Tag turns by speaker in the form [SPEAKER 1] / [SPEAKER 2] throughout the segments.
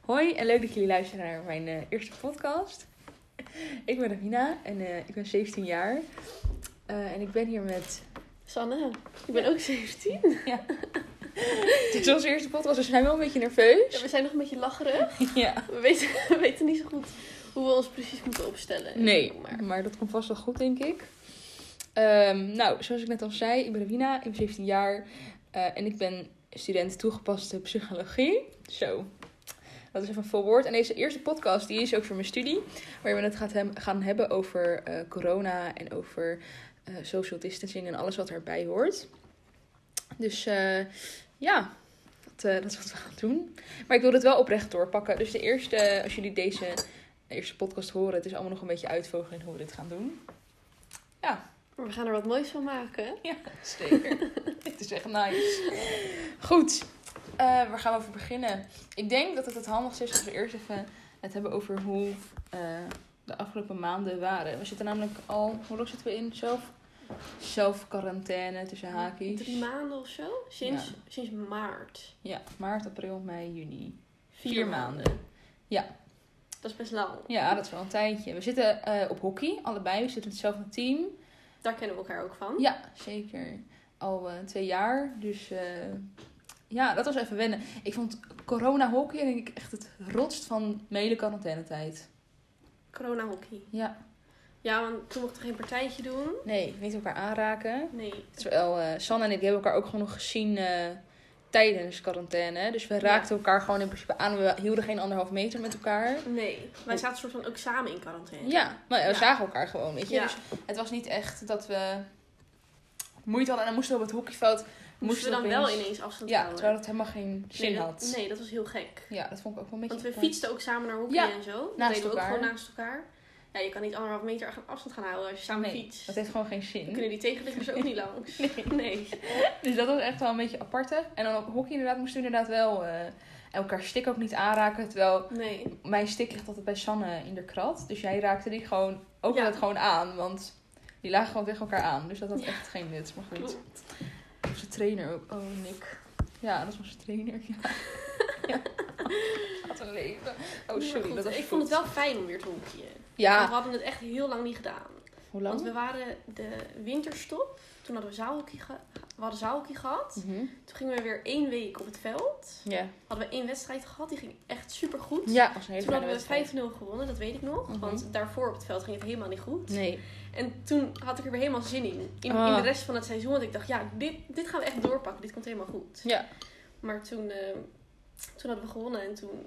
[SPEAKER 1] Hoi en leuk dat jullie luisteren naar mijn eh, eerste podcast. Ik ben Davina en eh, ik ben 17 jaar. Eh, en ik ben hier met...
[SPEAKER 2] Sanne, ik ben ook 17.
[SPEAKER 1] Het is onze eerste podcast, dus we zijn wel een beetje nerveus.
[SPEAKER 2] Ja, we zijn nog een beetje lacherig.
[SPEAKER 1] Ja.
[SPEAKER 2] We weten, we weten niet zo goed hoe we ons precies moeten opstellen.
[SPEAKER 1] Nee,
[SPEAKER 2] Maar
[SPEAKER 1] maar dat komt vast wel goed, denk ik. Ehm, nou, zoals ik net al zei, ik ben Davina, ik ben 17 jaar. eh, en ik ben student toegepaste psychologie. Zo, dat is even een vol woord. En deze eerste podcast, die is ook voor mijn studie. Waarin we het gaat hem, gaan hebben over eh, corona en over eh, social distancing en alles wat daarbij hoort. Dus eh, ja, dat, eh, dat is wat we gaan doen. Maar ik wil het wel oprecht doorpakken. Dus de eerste, als jullie deze eerste podcast horen, het is allemaal nog een beetje uitvogelen hoe we dit gaan doen.
[SPEAKER 2] we gaan er wat moois van maken.
[SPEAKER 1] Ja, zeker. Het is echt nice. Goed, Eh waar gaan we over beginnen? Ik denk dat het het handigste is als we eerst even het hebben over hoe eh, de afgelopen maanden waren. We zitten namelijk al, hoe lang zitten we in? Zelf, zelfquarantaine tussen haakjes.
[SPEAKER 2] Drie maanden of zo? Sinds,
[SPEAKER 1] Ja.
[SPEAKER 2] sinds maart.
[SPEAKER 1] Ja, maart, april, mei, juni.
[SPEAKER 2] Vier
[SPEAKER 1] Ja.
[SPEAKER 2] Dat is best lang.
[SPEAKER 1] Ja, dat is wel een tijdje. We zitten eh, op hockey, allebei. We zitten in hetzelfde team.
[SPEAKER 2] Daar kennen we elkaar ook van.
[SPEAKER 1] Ja, zeker. Al eh, twee jaar. Dus eh, ja, dat was even wennen. Ik vond corona hockey denk ik echt het rotst van mijn hele quarantainetijd.
[SPEAKER 2] Corona hockey.
[SPEAKER 1] Ja.
[SPEAKER 2] Ja, want toen mochten we geen partijtje doen.
[SPEAKER 1] Nee, niet elkaar aanraken.
[SPEAKER 2] Nee.
[SPEAKER 1] Terwijl eh Sanne en ik hebben elkaar ook gewoon nog gezien eh, tijdens quarantaine. Dus we raakten elkaar gewoon in principe aan. We hielden geen anderhalf meter met elkaar.
[SPEAKER 2] Nee. Wij zaten soort van ook samen in quarantaine.
[SPEAKER 1] Ja, maar we
[SPEAKER 2] Ja.
[SPEAKER 1] zagen elkaar gewoon, weet je.
[SPEAKER 2] Ja.
[SPEAKER 1] Dus het was niet echt dat we moeite hadden. En dan moesten we op het hockeyveld.
[SPEAKER 2] Moesten we dan wel ineens afstand
[SPEAKER 1] Ja,
[SPEAKER 2] houden?
[SPEAKER 1] terwijl dat helemaal geen zin
[SPEAKER 2] nee, dat-
[SPEAKER 1] had.
[SPEAKER 2] Nee, dat was heel gek.
[SPEAKER 1] Ja, dat vond ik ook wel een beetje...
[SPEAKER 2] Want we
[SPEAKER 1] apart.
[SPEAKER 2] fietsten ook samen naar hockey
[SPEAKER 1] Ja,
[SPEAKER 2] en zo. Dat
[SPEAKER 1] naast
[SPEAKER 2] deden we ook
[SPEAKER 1] elkaar.
[SPEAKER 2] gewoon naast elkaar. Ja, je kan niet anderhalf meter af- afstand gaan houden als je samen
[SPEAKER 1] Nee,
[SPEAKER 2] fietst.
[SPEAKER 1] dat heeft gewoon geen zin.
[SPEAKER 2] Dan kunnen die tegenliggers ook niet langs. Nee.
[SPEAKER 1] Dus dat was echt wel een beetje aparte. En dan op hockey inderdaad moesten we inderdaad wel eh, elkaar stik ook niet aanraken. Terwijl
[SPEAKER 2] Nee.
[SPEAKER 1] mijn stik ligt altijd bij Sanne in de krat. Dus jij raakte die gewoon ook
[SPEAKER 2] Ja.
[SPEAKER 1] altijd gewoon aan. Want die lagen gewoon tegen elkaar aan. Dus dat had echt geen nut. Maar goed.
[SPEAKER 2] Klopt.
[SPEAKER 1] Onze trainer ook. Oh, Nick. Ja, dat was onze trainer. Ja. ja. Wat een leven. Oh,
[SPEAKER 2] Maar
[SPEAKER 1] sorry.
[SPEAKER 2] goed,
[SPEAKER 1] Dat was
[SPEAKER 2] ik vond het
[SPEAKER 1] goed.
[SPEAKER 2] wel fijn om weer te hockeyen. Want
[SPEAKER 1] Ja.
[SPEAKER 2] We hadden het echt heel lang niet gedaan.
[SPEAKER 1] Hoe
[SPEAKER 2] Want
[SPEAKER 1] lang?
[SPEAKER 2] we waren de winterstop. Toen hadden we zaalhockey, ge- we hadden zaalhockey gehad.
[SPEAKER 1] Mhm.
[SPEAKER 2] Toen gingen we weer één week op het veld.
[SPEAKER 1] Ja.
[SPEAKER 2] Hadden we één wedstrijd gehad. Die ging echt super goed.
[SPEAKER 1] Ja, dat was een hele
[SPEAKER 2] Toen
[SPEAKER 1] fijne
[SPEAKER 2] hadden we 5-0
[SPEAKER 1] wedstrijd.
[SPEAKER 2] gewonnen, dat weet ik nog.
[SPEAKER 1] Mhm.
[SPEAKER 2] Want daarvoor op het veld ging het helemaal niet goed.
[SPEAKER 1] Nee.
[SPEAKER 2] En toen had ik er weer helemaal zin in. In, in
[SPEAKER 1] Ah.
[SPEAKER 2] de rest van het seizoen. Want ik dacht, ja, dit, dit gaan we echt doorpakken. Dit komt helemaal goed.
[SPEAKER 1] Ja.
[SPEAKER 2] Maar toen, eh, toen hadden we gewonnen. En toen,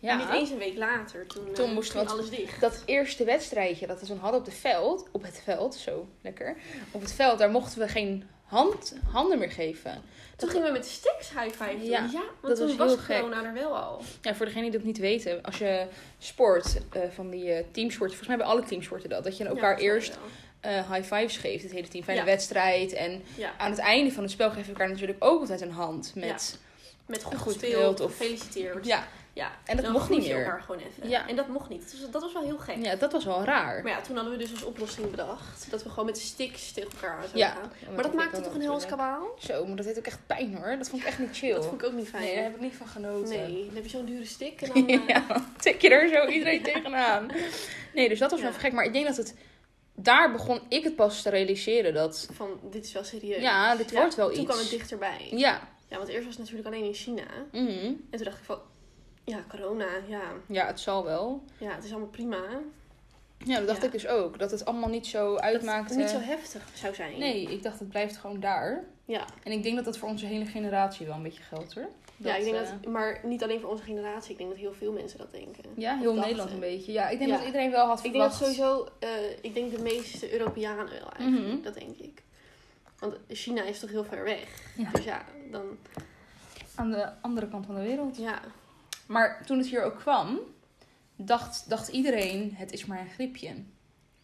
[SPEAKER 1] Ja.
[SPEAKER 2] niet eens een week later, toen, eh,
[SPEAKER 1] Toen moesten we-
[SPEAKER 2] ging alles dicht.
[SPEAKER 1] dat eerste wedstrijdje dat we toen hadden op het veld, op het veld, zo lekker, op het veld, daar mochten we geen hand, handen meer geven.
[SPEAKER 2] Toen gingen we met de sticks high five doen.
[SPEAKER 1] Ja,
[SPEAKER 2] Ja,
[SPEAKER 1] dat
[SPEAKER 2] want toen
[SPEAKER 1] was
[SPEAKER 2] was,
[SPEAKER 1] heel gek.
[SPEAKER 2] corona er wel al.
[SPEAKER 1] Ja, voor degenen die dat niet weten, als je sport eh, van die eh, teamsporten, volgens mij bij alle teamsporten dat, dat je
[SPEAKER 2] Ja,
[SPEAKER 1] elkaar
[SPEAKER 2] dat
[SPEAKER 1] eerst
[SPEAKER 2] wel.
[SPEAKER 1] eh, high fives geeft, het hele team, fijne
[SPEAKER 2] Ja.
[SPEAKER 1] wedstrijd. En
[SPEAKER 2] Ja,
[SPEAKER 1] aan het einde van het spel geven we elkaar natuurlijk ook altijd een hand met,
[SPEAKER 2] met goed,
[SPEAKER 1] Een goed
[SPEAKER 2] gespeeld,
[SPEAKER 1] beeld
[SPEAKER 2] of
[SPEAKER 1] of-
[SPEAKER 2] gefeliciteerd.
[SPEAKER 1] ja.
[SPEAKER 2] Ja,
[SPEAKER 1] En dat
[SPEAKER 2] dan
[SPEAKER 1] mocht niet
[SPEAKER 2] groet je
[SPEAKER 1] meer.
[SPEAKER 2] elkaar gewoon even.
[SPEAKER 1] Ja.
[SPEAKER 2] En dat mocht niet. Dus dat was wel heel gek.
[SPEAKER 1] ja, dat was wel raar.
[SPEAKER 2] Maar ja, toen hadden we dus als oplossing bedacht dat we gewoon met de sticks tegen elkaar aan zouden
[SPEAKER 1] Ja.
[SPEAKER 2] gaan.
[SPEAKER 1] Ja,
[SPEAKER 2] Maar dat
[SPEAKER 1] deed
[SPEAKER 2] maakte
[SPEAKER 1] ik
[SPEAKER 2] toch
[SPEAKER 1] wel
[SPEAKER 2] een hels
[SPEAKER 1] natuurlijk.
[SPEAKER 2] kabaal?
[SPEAKER 1] Zo, maar dat deed ook echt pijn hoor, dat vond ik echt niet chill.
[SPEAKER 2] Dat vond ik ook niet fijn.
[SPEAKER 1] Nee, daar heb ik niet van genoten.
[SPEAKER 2] Nee, dan heb je zo'n dure stick en dan... eh,
[SPEAKER 1] Ja, tik je er zo iedereen tegenaan. Nee, dus dat was wel
[SPEAKER 2] Ja.
[SPEAKER 1] gek. Maar ik denk dat het... Daar begon ik het pas te realiseren dat...
[SPEAKER 2] Van, dit is wel serieus.
[SPEAKER 1] Ja, dit wordt wel
[SPEAKER 2] toen
[SPEAKER 1] iets.
[SPEAKER 2] kwam het dichterbij.
[SPEAKER 1] Ja.
[SPEAKER 2] Ja, want eerst was het natuurlijk alleen in China.
[SPEAKER 1] mhm.
[SPEAKER 2] En toen dacht ik van, ja, corona, ja.
[SPEAKER 1] Ja, het zal wel.
[SPEAKER 2] Ja, het is allemaal prima.
[SPEAKER 1] Ja, dat dacht
[SPEAKER 2] Ja.
[SPEAKER 1] ik dus ook. Dat het allemaal niet zo uitmaakte.
[SPEAKER 2] Dat het niet zo heftig zou zijn.
[SPEAKER 1] Nee, ik dacht het blijft gewoon daar.
[SPEAKER 2] Ja,
[SPEAKER 1] En ik denk dat dat voor onze hele generatie wel een beetje geldt hoor.
[SPEAKER 2] ja ik denk
[SPEAKER 1] eh,
[SPEAKER 2] dat, maar niet alleen voor onze generatie. Ik denk dat heel veel mensen dat denken.
[SPEAKER 1] Ja, heel
[SPEAKER 2] dachten.
[SPEAKER 1] Nederland een beetje. Ja, ik denk
[SPEAKER 2] Ja.
[SPEAKER 1] dat iedereen wel had
[SPEAKER 2] Ik denk dat
[SPEAKER 1] verwacht.
[SPEAKER 2] sowieso, eh, ik denk de meeste Europeanen wel eigenlijk.
[SPEAKER 1] Mhm.
[SPEAKER 2] Dat denk ik. Want China is toch heel ver weg.
[SPEAKER 1] Ja.
[SPEAKER 2] Dus ja, dan,
[SPEAKER 1] Aan de andere kant van de wereld.
[SPEAKER 2] ja.
[SPEAKER 1] Maar toen het hier ook kwam, dacht, dacht iedereen het is maar een griepje.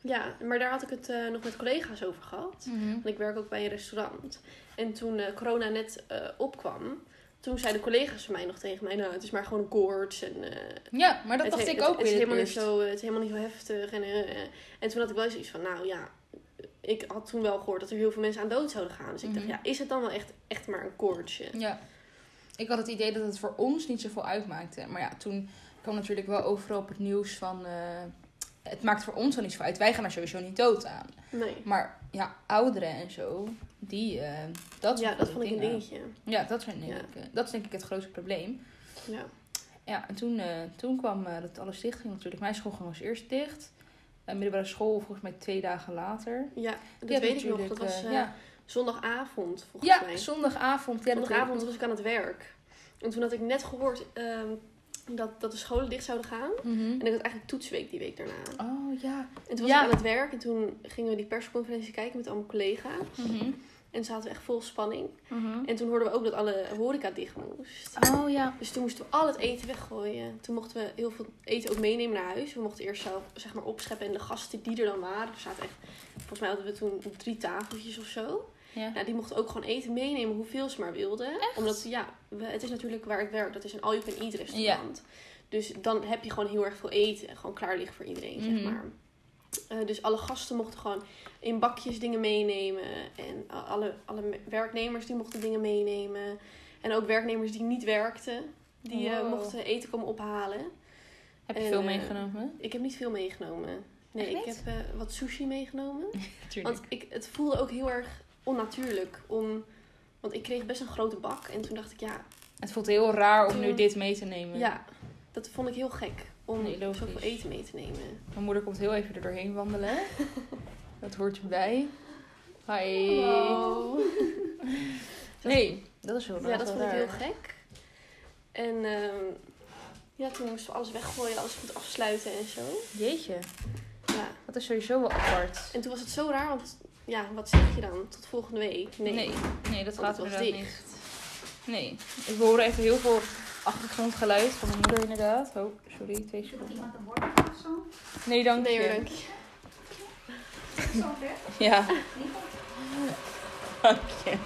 [SPEAKER 2] Ja, maar daar had ik het eh, nog met collega's over gehad. Want ik werk ook bij een restaurant. En toen eh, corona net eh, opkwam, toen zeiden collega's van mij nog tegen mij: Nou, het is maar gewoon een koorts. En, eh,
[SPEAKER 1] Ja, maar dat
[SPEAKER 2] het
[SPEAKER 1] dacht
[SPEAKER 2] he-
[SPEAKER 1] ik
[SPEAKER 2] het-
[SPEAKER 1] ook in
[SPEAKER 2] Het, is
[SPEAKER 1] het
[SPEAKER 2] helemaal niet
[SPEAKER 1] eerst.
[SPEAKER 2] zo, eh, het is helemaal niet zo heftig. En, eh, eh. en toen had ik wel eens iets van: Nou ja, ik had toen wel gehoord dat er heel veel mensen aan dood zouden gaan. Dus ik
[SPEAKER 1] Mhm.
[SPEAKER 2] dacht: Ja, is het dan wel echt, echt maar een koortsje?
[SPEAKER 1] Ja. Ik had het idee dat het voor ons niet zoveel uitmaakte. Maar ja, toen kwam natuurlijk wel overal op het nieuws van... eh, het maakt voor ons wel niet zoveel uit. Wij gaan er sowieso niet dood aan.
[SPEAKER 2] Nee.
[SPEAKER 1] Maar ja, ouderen en zo, die... eh, dat
[SPEAKER 2] ja,
[SPEAKER 1] soort
[SPEAKER 2] dat vond ik een
[SPEAKER 1] dingen.
[SPEAKER 2] dingetje.
[SPEAKER 1] Ja, dat, zijn denk
[SPEAKER 2] Ja.
[SPEAKER 1] Ik, eh, dat is denk ik het grootste probleem.
[SPEAKER 2] Ja.
[SPEAKER 1] Ja, en toen, eh, toen kwam eh, dat alles dicht ging natuurlijk. Mijn schoolgang was eerst dicht. Eh, middelbare school volgens mij twee dagen later.
[SPEAKER 2] Ja, dat
[SPEAKER 1] Je hebt
[SPEAKER 2] weet ik nog.
[SPEAKER 1] natuurlijk,
[SPEAKER 2] Dat was
[SPEAKER 1] eh,
[SPEAKER 2] eh,
[SPEAKER 1] ja,
[SPEAKER 2] zondagavond, volgens
[SPEAKER 1] ja
[SPEAKER 2] mij.
[SPEAKER 1] zondagavond. Ja, dat weet ik
[SPEAKER 2] Zondagavond
[SPEAKER 1] nog.
[SPEAKER 2] was ik aan het werk. En toen had ik net gehoord ehm, dat, dat de scholen dicht zouden gaan.
[SPEAKER 1] Mhm.
[SPEAKER 2] En ik had eigenlijk toetsweek die week daarna.
[SPEAKER 1] Oh ja.
[SPEAKER 2] En toen was
[SPEAKER 1] Ja.
[SPEAKER 2] ik aan het werk en toen gingen we die persconferentie kijken met allemaal collega's.
[SPEAKER 1] Mhm.
[SPEAKER 2] En zaten we echt vol spanning.
[SPEAKER 1] Mhm.
[SPEAKER 2] En toen hoorden we ook dat alle horeca dicht moest.
[SPEAKER 1] Oh ja.
[SPEAKER 2] Dus toen moesten we al het eten weggooien. Toen mochten we heel veel eten ook meenemen naar huis. We mochten eerst zelf zeg maar, opscheppen. En de gasten die er dan waren, er zaten echt... Volgens mij hadden we toen drie tafeltjes of zo.
[SPEAKER 1] ja.
[SPEAKER 2] Nou, die mochten ook gewoon eten meenemen hoeveel ze maar wilden. Omdat, ja, we- het is natuurlijk waar ik werk. Dat is een all-you-can-eat restaurant. Dus dan heb je gewoon heel erg veel eten. en Gewoon klaar liggen voor iedereen, zeg
[SPEAKER 1] Mhm.
[SPEAKER 2] maar. Eh, dus alle gasten mochten gewoon in bakjes dingen meenemen. En a- alle, alle me- werknemers die mochten dingen meenemen. En ook werknemers die niet werkten. Die eh,
[SPEAKER 1] Wow.
[SPEAKER 2] mochten eten komen ophalen.
[SPEAKER 1] Heb je
[SPEAKER 2] en,
[SPEAKER 1] veel
[SPEAKER 2] eh,
[SPEAKER 1] meegenomen?
[SPEAKER 2] Ik heb niet veel meegenomen. Nee,
[SPEAKER 1] Echt
[SPEAKER 2] ik
[SPEAKER 1] niet?
[SPEAKER 2] heb eh, wat sushi meegenomen.
[SPEAKER 1] Natuurlijk.
[SPEAKER 2] Want ik, het voelde ook heel erg onnatuurlijk om. Want ik kreeg best een grote bak. En toen dacht ik, ja,
[SPEAKER 1] Het voelt heel raar om nu
[SPEAKER 2] toen-
[SPEAKER 1] dit mee te nemen.
[SPEAKER 2] ja dat vond ik heel gek. Om
[SPEAKER 1] Nee, logisch.
[SPEAKER 2] zoveel eten mee te nemen.
[SPEAKER 1] Mijn moeder komt heel even er doorheen wandelen. dat hoort erbij. Hi. Nee, dat is heel raar.
[SPEAKER 2] Ja, dat
[SPEAKER 1] wel
[SPEAKER 2] vond ik heel
[SPEAKER 1] raar.
[SPEAKER 2] gek. En ehm, ja, toen moesten we alles weggooien, alles goed afsluiten en zo.
[SPEAKER 1] Jeetje,
[SPEAKER 2] Ja.
[SPEAKER 1] dat is sowieso wel apart.
[SPEAKER 2] En toen was het zo raar, want ja, wat zeg je dan? Tot volgende week? Nee.
[SPEAKER 1] Nee, nee, dat
[SPEAKER 2] want
[SPEAKER 1] gaat
[SPEAKER 2] het was
[SPEAKER 1] inderdaad niet.
[SPEAKER 2] dicht.
[SPEAKER 1] Nee, ik hoor even heel veel achtergrondgeluid van mijn moeder inderdaad. Oh, sorry, twee
[SPEAKER 3] Zoekt
[SPEAKER 1] seconden.
[SPEAKER 3] iemand een woord of zo?
[SPEAKER 1] Nee, dank
[SPEAKER 2] Nee
[SPEAKER 1] je.
[SPEAKER 2] hoor, dank je.
[SPEAKER 3] Zo ver?
[SPEAKER 1] Ja,
[SPEAKER 3] Niet op
[SPEAKER 1] dank je.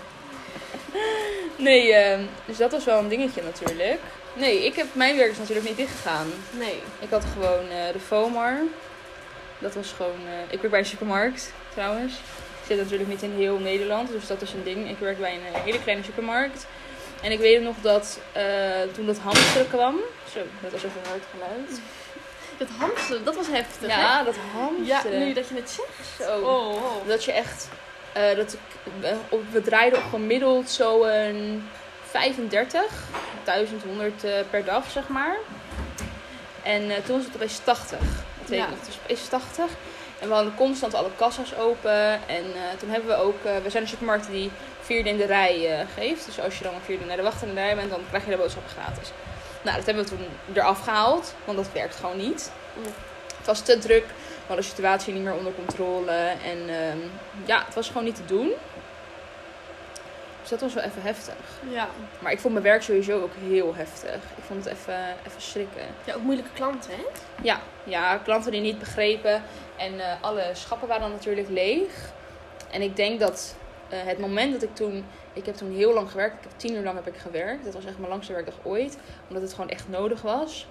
[SPEAKER 1] Nee, ehm, dus dat was wel een dingetje natuurlijk. Nee, ik heb, mijn werk is natuurlijk niet dichtgegaan.
[SPEAKER 2] Nee.
[SPEAKER 1] Ik had gewoon eh, de FOMAR. Dat was gewoon... eh, ik werk bij een supermarkt, trouwens. Ik zit natuurlijk niet in heel Nederland, dus dat is een ding. Ik werk bij een eh, hele kleine supermarkt. En ik weet nog dat eh, toen dat hamster kwam... Zo, dat was even een hard geluid.
[SPEAKER 2] Dat hamster, dat was heftig. hè?
[SPEAKER 1] Ja, dat
[SPEAKER 2] ja
[SPEAKER 1] hamster.
[SPEAKER 2] nu dat je het zegt.
[SPEAKER 1] Zo.
[SPEAKER 2] Oh.
[SPEAKER 1] Dat je echt... eh, dat, eh, op- we draaiden op gemiddeld zo'n 35, 1100 eh, per dag, zeg maar. En eh, toen was het opeens 80. Dat weet
[SPEAKER 2] Ja.
[SPEAKER 1] ik nog. Het was opeens 80. En we hadden constant alle kassa's open. En eh, toen hebben we ook... eh, we zijn een supermarkt die vierde in de rij eh, geeft. Dus als je dan een vierde naar de wacht in de rij bent, dan krijg je de boodschappen gratis. Nou, dat hebben we toen eraf gehaald. Want dat werkt gewoon niet. Het was te druk. We hadden de situatie niet meer onder controle. En ehm, ja, het was gewoon niet te doen. Dus dat was wel even heftig.
[SPEAKER 2] Ja.
[SPEAKER 1] Maar ik vond mijn werk sowieso ook heel heftig. Ik vond het even, even schrikken.
[SPEAKER 2] ja, ook moeilijke klanten, hè?
[SPEAKER 1] Ja, ja, klanten die niet begrepen. En eh, alle schappen waren natuurlijk leeg. En ik denk dat eh, het moment dat ik toen... Ik heb toen heel lang gewerkt. Ik heb tien uur lang heb ik gewerkt. Dat was echt mijn langste werkdag ooit. Omdat het gewoon echt nodig was.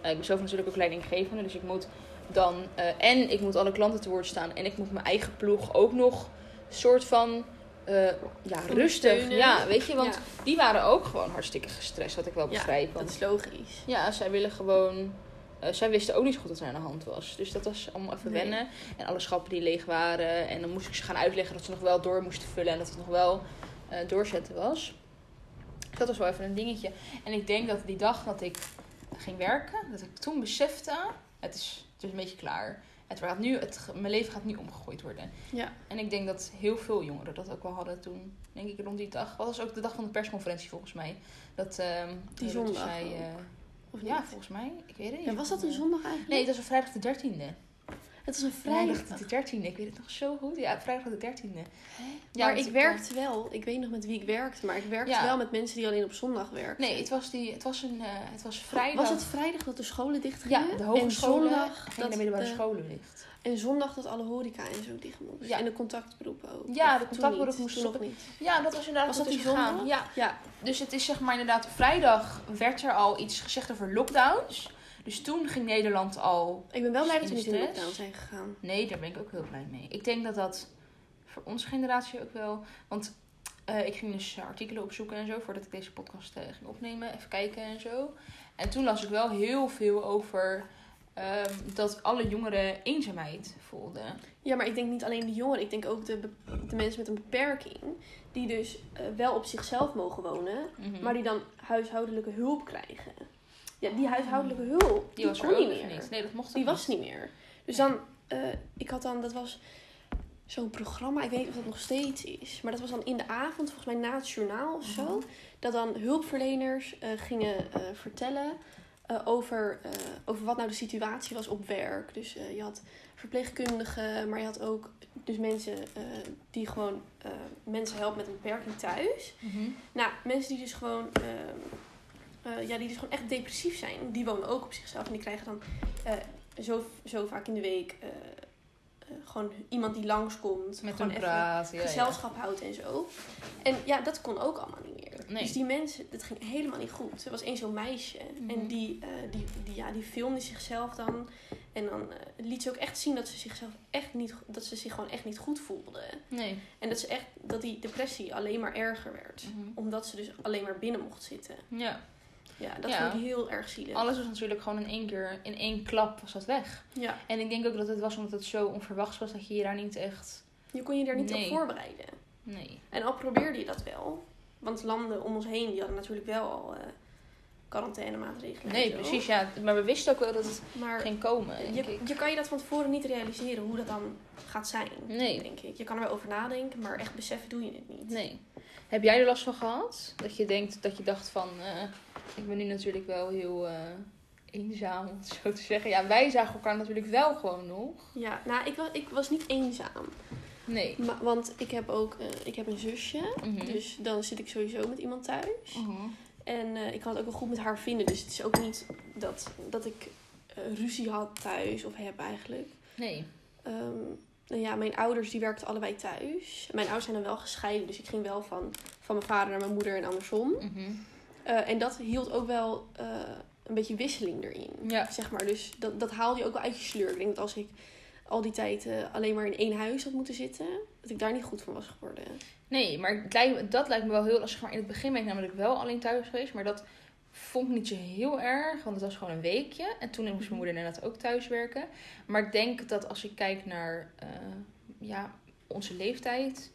[SPEAKER 1] Eh, ik ben zelf natuurlijk ook leidinggevende. Dus ik moet dan... eh, en ik moet alle klanten te woord staan. En ik moet mijn eigen ploeg ook nog soort van... eh, ja, rustig.
[SPEAKER 2] Ondersteunen.
[SPEAKER 1] Ja, weet je. Want
[SPEAKER 2] Ja.
[SPEAKER 1] die waren ook gewoon hartstikke gestrest. Had ik wel
[SPEAKER 2] Ja,
[SPEAKER 1] begrijpen.
[SPEAKER 2] Dat
[SPEAKER 1] want
[SPEAKER 2] is logisch.
[SPEAKER 1] ja, zij willen gewoon. eh, zij wisten ook niet zo goed wat er aan de hand was. Dus dat was allemaal even
[SPEAKER 2] Nee.
[SPEAKER 1] wennen. En alle schappen die leeg waren. En dan moest ik ze gaan uitleggen dat ze nog wel door moesten vullen. En dat het nog wel eh, doorzetten was. Dus dat was wel even een dingetje. En ik denk dat die dag dat ik ging werken, dat ik toen besefte: het is, het is een beetje klaar. Het gaat nu, het, ge- mijn leven gaat nu omgegooid worden.
[SPEAKER 2] Ja.
[SPEAKER 1] En ik denk dat heel veel jongeren dat ook wel hadden toen. Denk ik rond die dag. Wat was ook de dag van de persconferentie volgens mij? Dat ehm,
[SPEAKER 2] Die
[SPEAKER 1] Rutte
[SPEAKER 2] zondag
[SPEAKER 1] zei,
[SPEAKER 2] ook.
[SPEAKER 1] eh,
[SPEAKER 2] Of niet?
[SPEAKER 1] ja, volgens mij. Ik weet het niet.
[SPEAKER 2] Ja, was dat een zondag eigenlijk?
[SPEAKER 1] Nee, het was een vrijdag de 13e.
[SPEAKER 2] het was een vrijdag.
[SPEAKER 1] Vrijdag de 13e. Ik weet het nog zo goed. Ja, vrijdag de 13e. Ja,
[SPEAKER 2] maar
[SPEAKER 1] want
[SPEAKER 2] ik
[SPEAKER 1] dan-
[SPEAKER 2] werkte wel. Ik weet nog met wie ik werkte, maar ik werkte
[SPEAKER 1] Ja.
[SPEAKER 2] wel met mensen die alleen op zondag werkten.
[SPEAKER 1] Nee, het was, die, het was, een, eh, het was vrijdag.
[SPEAKER 2] Was het vrijdag dat de scholen dicht gingen?
[SPEAKER 1] Ja, de hogescholen
[SPEAKER 2] en
[SPEAKER 1] zondag,
[SPEAKER 2] zondag
[SPEAKER 1] gingen
[SPEAKER 2] dat
[SPEAKER 1] de middelbare
[SPEAKER 2] de-
[SPEAKER 1] scholen dicht.
[SPEAKER 2] En zondag dat alle horeca en zo dicht moest.
[SPEAKER 1] Ja.
[SPEAKER 2] En de contactberoepen ook.
[SPEAKER 1] Ja,
[SPEAKER 2] Of
[SPEAKER 1] de
[SPEAKER 2] toen
[SPEAKER 1] contactberoepen
[SPEAKER 2] niet,
[SPEAKER 1] moesten
[SPEAKER 2] toen nog
[SPEAKER 1] stoppen.
[SPEAKER 2] niet.
[SPEAKER 1] Ja, dat was inderdaad
[SPEAKER 2] Was
[SPEAKER 1] wat
[SPEAKER 2] dat
[SPEAKER 1] is
[SPEAKER 2] die
[SPEAKER 1] gegaan.
[SPEAKER 2] zondag?
[SPEAKER 1] Ja,
[SPEAKER 2] Ja,
[SPEAKER 1] dus het is zeg maar inderdaad... Vrijdag werd er al iets gezegd over lockdowns. Dus toen ging Nederland al...
[SPEAKER 2] ik ben wel blij dat
[SPEAKER 1] In
[SPEAKER 2] we niet in de
[SPEAKER 1] stress.
[SPEAKER 2] lockdown zijn gegaan.
[SPEAKER 1] Nee, daar ben ik ook heel blij mee. Ik denk dat dat voor onze generatie ook wel... Want Eh, ik ging dus artikelen opzoeken en zo voordat ik deze podcast eh, ging opnemen. Even kijken en zo. En toen las ik wel heel veel over ehm, dat alle jongeren eenzaamheid voelden.
[SPEAKER 2] Ja, maar ik denk niet alleen de jongeren. Ik denk ook de, be- de mensen met een beperking. Die dus eh, wel op zichzelf mogen wonen.
[SPEAKER 1] Mhm.
[SPEAKER 2] Maar die dan huishoudelijke hulp krijgen. Ja, die huishoudelijke hulp. Die,
[SPEAKER 1] Die was
[SPEAKER 2] kon
[SPEAKER 1] er ook
[SPEAKER 2] niet
[SPEAKER 1] even
[SPEAKER 2] meer.
[SPEAKER 1] niet. Nee, dat mocht ook
[SPEAKER 2] Die
[SPEAKER 1] niet.
[SPEAKER 2] was niet meer. Dus dan, eh, ik had dan, dat was zo'n programma, ik weet niet of dat nog steeds is, maar dat was dan in de avond, volgens mij na het journaal of
[SPEAKER 1] Mhm.
[SPEAKER 2] zo, dat dan hulpverleners eh, gingen eh, vertellen eh, over, eh, over wat nou de situatie was op werk. Dus eh, je had verpleegkundigen, maar je had ook dus mensen eh, die gewoon eh, mensen helpen met een beperking thuis.
[SPEAKER 1] Mhm.
[SPEAKER 2] Nou, mensen die dus gewoon, ehm, eh, ja, die dus gewoon echt depressief zijn, die wonen ook op zichzelf. En die krijgen dan eh, zo, zo vaak in de week eh, eh, gewoon iemand die langskomt.
[SPEAKER 1] Met
[SPEAKER 2] gewoon
[SPEAKER 1] hun praat. Ja, ja.
[SPEAKER 2] gezelschap houdt en zo. En ja, dat kon ook allemaal niet meer.
[SPEAKER 1] Nee.
[SPEAKER 2] Dus die mensen, dat ging helemaal niet goed. Er was één zo'n meisje
[SPEAKER 1] Mhm.
[SPEAKER 2] en die, eh, die, die, ja, die filmde zichzelf dan. En dan eh, liet ze ook echt zien dat ze, zichzelf echt niet, go- dat ze zich gewoon echt niet goed voelde.
[SPEAKER 1] Nee.
[SPEAKER 2] En dat, ze echt, dat die depressie alleen maar erger werd
[SPEAKER 1] Mhm.
[SPEAKER 2] omdat ze dus alleen maar binnen mocht zitten.
[SPEAKER 1] Ja.
[SPEAKER 2] Ja, dat
[SPEAKER 1] Ja.
[SPEAKER 2] vond ik heel erg zielig.
[SPEAKER 1] Alles was natuurlijk gewoon in één keer, in één klap was dat weg.
[SPEAKER 2] Ja,
[SPEAKER 1] En ik denk ook dat het was omdat het zo onverwachts was dat je je daar niet echt...
[SPEAKER 2] je kon je daar niet
[SPEAKER 1] Nee.
[SPEAKER 2] op voorbereiden.
[SPEAKER 1] Nee.
[SPEAKER 2] En al probeerde je dat wel. Want landen om ons heen, die hadden natuurlijk wel al eh quarantainemaatregelen. en
[SPEAKER 1] Nee,
[SPEAKER 2] zo.
[SPEAKER 1] precies ja. Maar we wisten ook wel dat het
[SPEAKER 2] Maar
[SPEAKER 1] ging komen, denk
[SPEAKER 2] je,
[SPEAKER 1] ik.
[SPEAKER 2] je kan je dat van tevoren niet realiseren hoe dat dan gaat zijn.
[SPEAKER 1] Nee.
[SPEAKER 2] Denk ik. Je kan er wel over nadenken, maar echt beseffen doe je het niet.
[SPEAKER 1] Nee. Heb jij er last van gehad? Dat je denkt, dat je dacht van, eh, ik ben nu natuurlijk wel heel eh, eenzaam, om het zo te zeggen. Ja, wij zagen elkaar natuurlijk wel gewoon nog.
[SPEAKER 2] Ja, nou, ik was, ik was niet eenzaam.
[SPEAKER 1] Nee.
[SPEAKER 2] Maar, want ik heb ook eh, ik heb een zusje.
[SPEAKER 1] Mhm.
[SPEAKER 2] Dus dan zit ik sowieso met iemand thuis.
[SPEAKER 1] Mhm.
[SPEAKER 2] En eh, ik kan het ook wel goed met haar vinden. Dus het is ook niet dat, dat ik eh, ruzie had thuis of heb eigenlijk.
[SPEAKER 1] Nee.
[SPEAKER 2] Ehm, nou ja, mijn ouders die werkten allebei thuis. Mijn ouders zijn dan wel gescheiden. Dus ik ging wel van, van mijn vader naar mijn moeder en andersom.
[SPEAKER 1] Mhm.
[SPEAKER 2] Eh, en dat hield ook wel eh, een beetje wisseling erin.
[SPEAKER 1] Ja.
[SPEAKER 2] Zeg maar. Dus dat, dat haalde je ook wel uit je sleur. Ik denk dat als ik al die tijd eh, alleen maar in één huis had moeten zitten, dat ik daar niet goed van was geworden.
[SPEAKER 1] Nee, maar het lijkt me- dat lijkt me wel heel lastig. Maar in het begin ben ik namelijk wel alleen thuis geweest. Maar dat vond ik niet zo heel erg, want het was gewoon een weekje. En toen
[SPEAKER 2] Mhm.
[SPEAKER 1] moest mijn moeder inderdaad ook thuis werken. Maar ik denk dat als ik kijk naar eh, ja, onze leeftijd.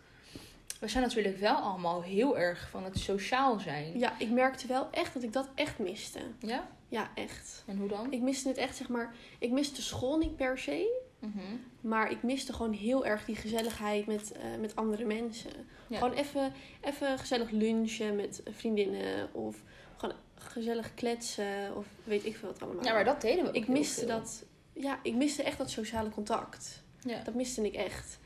[SPEAKER 1] We zijn natuurlijk wel allemaal heel erg van het sociaal zijn.
[SPEAKER 2] Ja, ik merkte wel echt dat ik dat echt miste.
[SPEAKER 1] Ja?
[SPEAKER 2] Ja, echt.
[SPEAKER 1] En hoe dan?
[SPEAKER 2] Ik miste het echt, zeg maar. Ik miste school niet per se.
[SPEAKER 1] Mhm.
[SPEAKER 2] Maar ik miste gewoon heel erg die gezelligheid met, eh, met andere mensen.
[SPEAKER 1] Ja.
[SPEAKER 2] Gewoon even, even gezellig lunchen met vriendinnen. Of gewoon gezellig kletsen. Of weet ik veel wat allemaal.
[SPEAKER 1] Ja, maar dat deden we ook
[SPEAKER 2] ik
[SPEAKER 1] heel
[SPEAKER 2] miste
[SPEAKER 1] veel.
[SPEAKER 2] dat. Ja, ik miste echt dat sociale contact.
[SPEAKER 1] Ja.
[SPEAKER 2] Dat miste ik echt.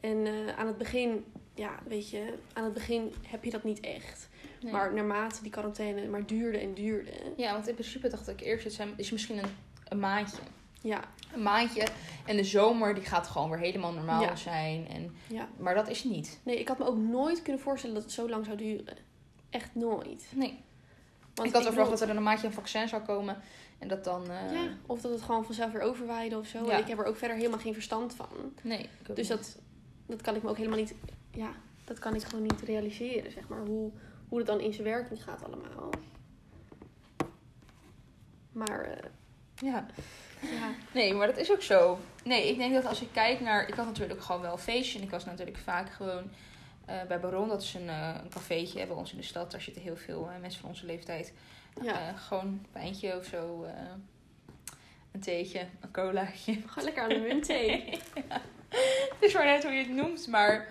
[SPEAKER 2] En eh, aan het begin, ja, weet je, aan het begin heb je dat niet echt.
[SPEAKER 1] Nee.
[SPEAKER 2] Maar naarmate die quarantaine maar duurde en duurde.
[SPEAKER 1] ja, want in principe dacht ik eerst, het zijn, is misschien een, een maandje.
[SPEAKER 2] Ja,
[SPEAKER 1] Een maandje. En de zomer die gaat gewoon weer helemaal normaal
[SPEAKER 2] Ja.
[SPEAKER 1] zijn. En
[SPEAKER 2] ja.
[SPEAKER 1] Maar dat is niet.
[SPEAKER 2] Nee, ik had me ook nooit kunnen voorstellen dat het zo lang zou duren. Echt nooit.
[SPEAKER 1] Nee. ik had
[SPEAKER 2] Want bedoel-
[SPEAKER 1] wel verwacht dat er dan een maandje een vaccin zou komen. En dat dan... eh,
[SPEAKER 2] Ja, of dat het gewoon vanzelf weer overwaaide of zo.
[SPEAKER 1] Ja.
[SPEAKER 2] En ik heb er ook verder helemaal geen verstand van.
[SPEAKER 1] Nee. ik ook
[SPEAKER 2] Dus
[SPEAKER 1] niet.
[SPEAKER 2] dat, dat kan ik me ook helemaal niet... Ja, dat kan ik gewoon niet realiseren, zeg maar. Hoe, hoe het dan in zijn werking gaat allemaal. Maar eh,
[SPEAKER 1] Ja.
[SPEAKER 2] ja,
[SPEAKER 1] Nee, maar dat is ook zo. Nee, ik denk dat als ik kijk naar... Ik had natuurlijk gewoon wel een feestje. En ik was natuurlijk vaak gewoon eh, bij Baron. Dat is een, eh een cafeetje hè, bij ons in de stad. Daar zitten heel veel eh, mensen van onze leeftijd.
[SPEAKER 2] ja.
[SPEAKER 1] Eh, gewoon een wijntje of zo. eh, een theetje, een colaatje.
[SPEAKER 2] Gewoon lekker aan de munt thee.
[SPEAKER 1] Het is maar net hoe je het noemt. Maar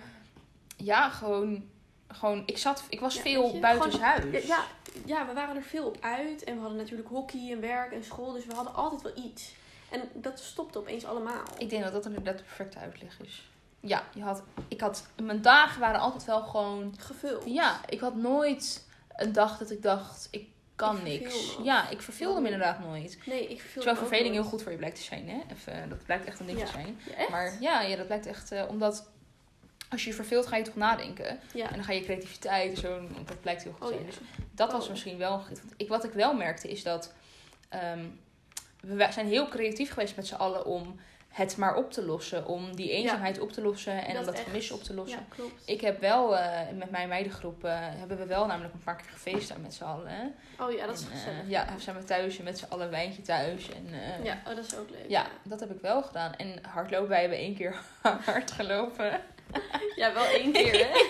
[SPEAKER 1] ja, gewoon... gewoon ik, zat, ik was
[SPEAKER 2] Ja, weet
[SPEAKER 1] veel
[SPEAKER 2] je,
[SPEAKER 1] buitenshuis.
[SPEAKER 2] Ja, ja, ja, we waren er veel op uit. En we hadden natuurlijk hockey en werk en school. Dus we hadden altijd wel iets. En dat stopte opeens allemaal.
[SPEAKER 1] Ik denk dat dat inderdaad de perfecte uitleg is. Ja, je had, ik had, mijn dagen waren altijd wel gewoon.
[SPEAKER 2] Gevuld.
[SPEAKER 1] Ja, ik had nooit een dag dat ik dacht, ik kan
[SPEAKER 2] Ik verveel
[SPEAKER 1] niks.
[SPEAKER 2] me.
[SPEAKER 1] Ja, ik verveelde me
[SPEAKER 2] Ja.
[SPEAKER 1] inderdaad nooit.
[SPEAKER 2] Nee, ik verveel
[SPEAKER 1] Terwijl
[SPEAKER 2] me ook
[SPEAKER 1] verveling
[SPEAKER 2] nooit.
[SPEAKER 1] heel goed voor je blijkt te zijn, hè? Even, eh, dat blijkt echt een ding
[SPEAKER 2] Ja.
[SPEAKER 1] te zijn.
[SPEAKER 2] Ja, echt?
[SPEAKER 1] Maar ja, ja, dat blijkt echt, eh, omdat als je je verveelt, ga je toch nadenken.
[SPEAKER 2] Ja.
[SPEAKER 1] En dan ga je creativiteit en zo, en dat blijkt heel goed te
[SPEAKER 2] Oh,
[SPEAKER 1] zijn.
[SPEAKER 2] ja.
[SPEAKER 1] Dus dat was
[SPEAKER 2] Oh.
[SPEAKER 1] misschien wel een gift. Want ik, wat ik wel merkte is dat ehm, we wa- zijn heel creatief geweest met z'n allen om het maar op te lossen. Om die eenzaamheid op te lossen en
[SPEAKER 2] Dat
[SPEAKER 1] om dat
[SPEAKER 2] echt.
[SPEAKER 1] gemis op te lossen.
[SPEAKER 2] Ja, klopt.
[SPEAKER 1] Ik heb wel, eh, met mijn meidengroep, eh, hebben we wel namelijk een paar keer gefeest met z'n allen. hè.
[SPEAKER 2] Oh ja, dat is
[SPEAKER 1] En, eh,
[SPEAKER 2] gezellig.
[SPEAKER 1] ja, we zijn we thuis en met z'n allen een wijntje thuis. En, eh,
[SPEAKER 2] Ja, oh, dat is ook leuk.
[SPEAKER 1] ja, dat heb ik wel gedaan. En hardlopen, wij hebben één keer hard gelopen.
[SPEAKER 2] Ja, wel één keer, hè?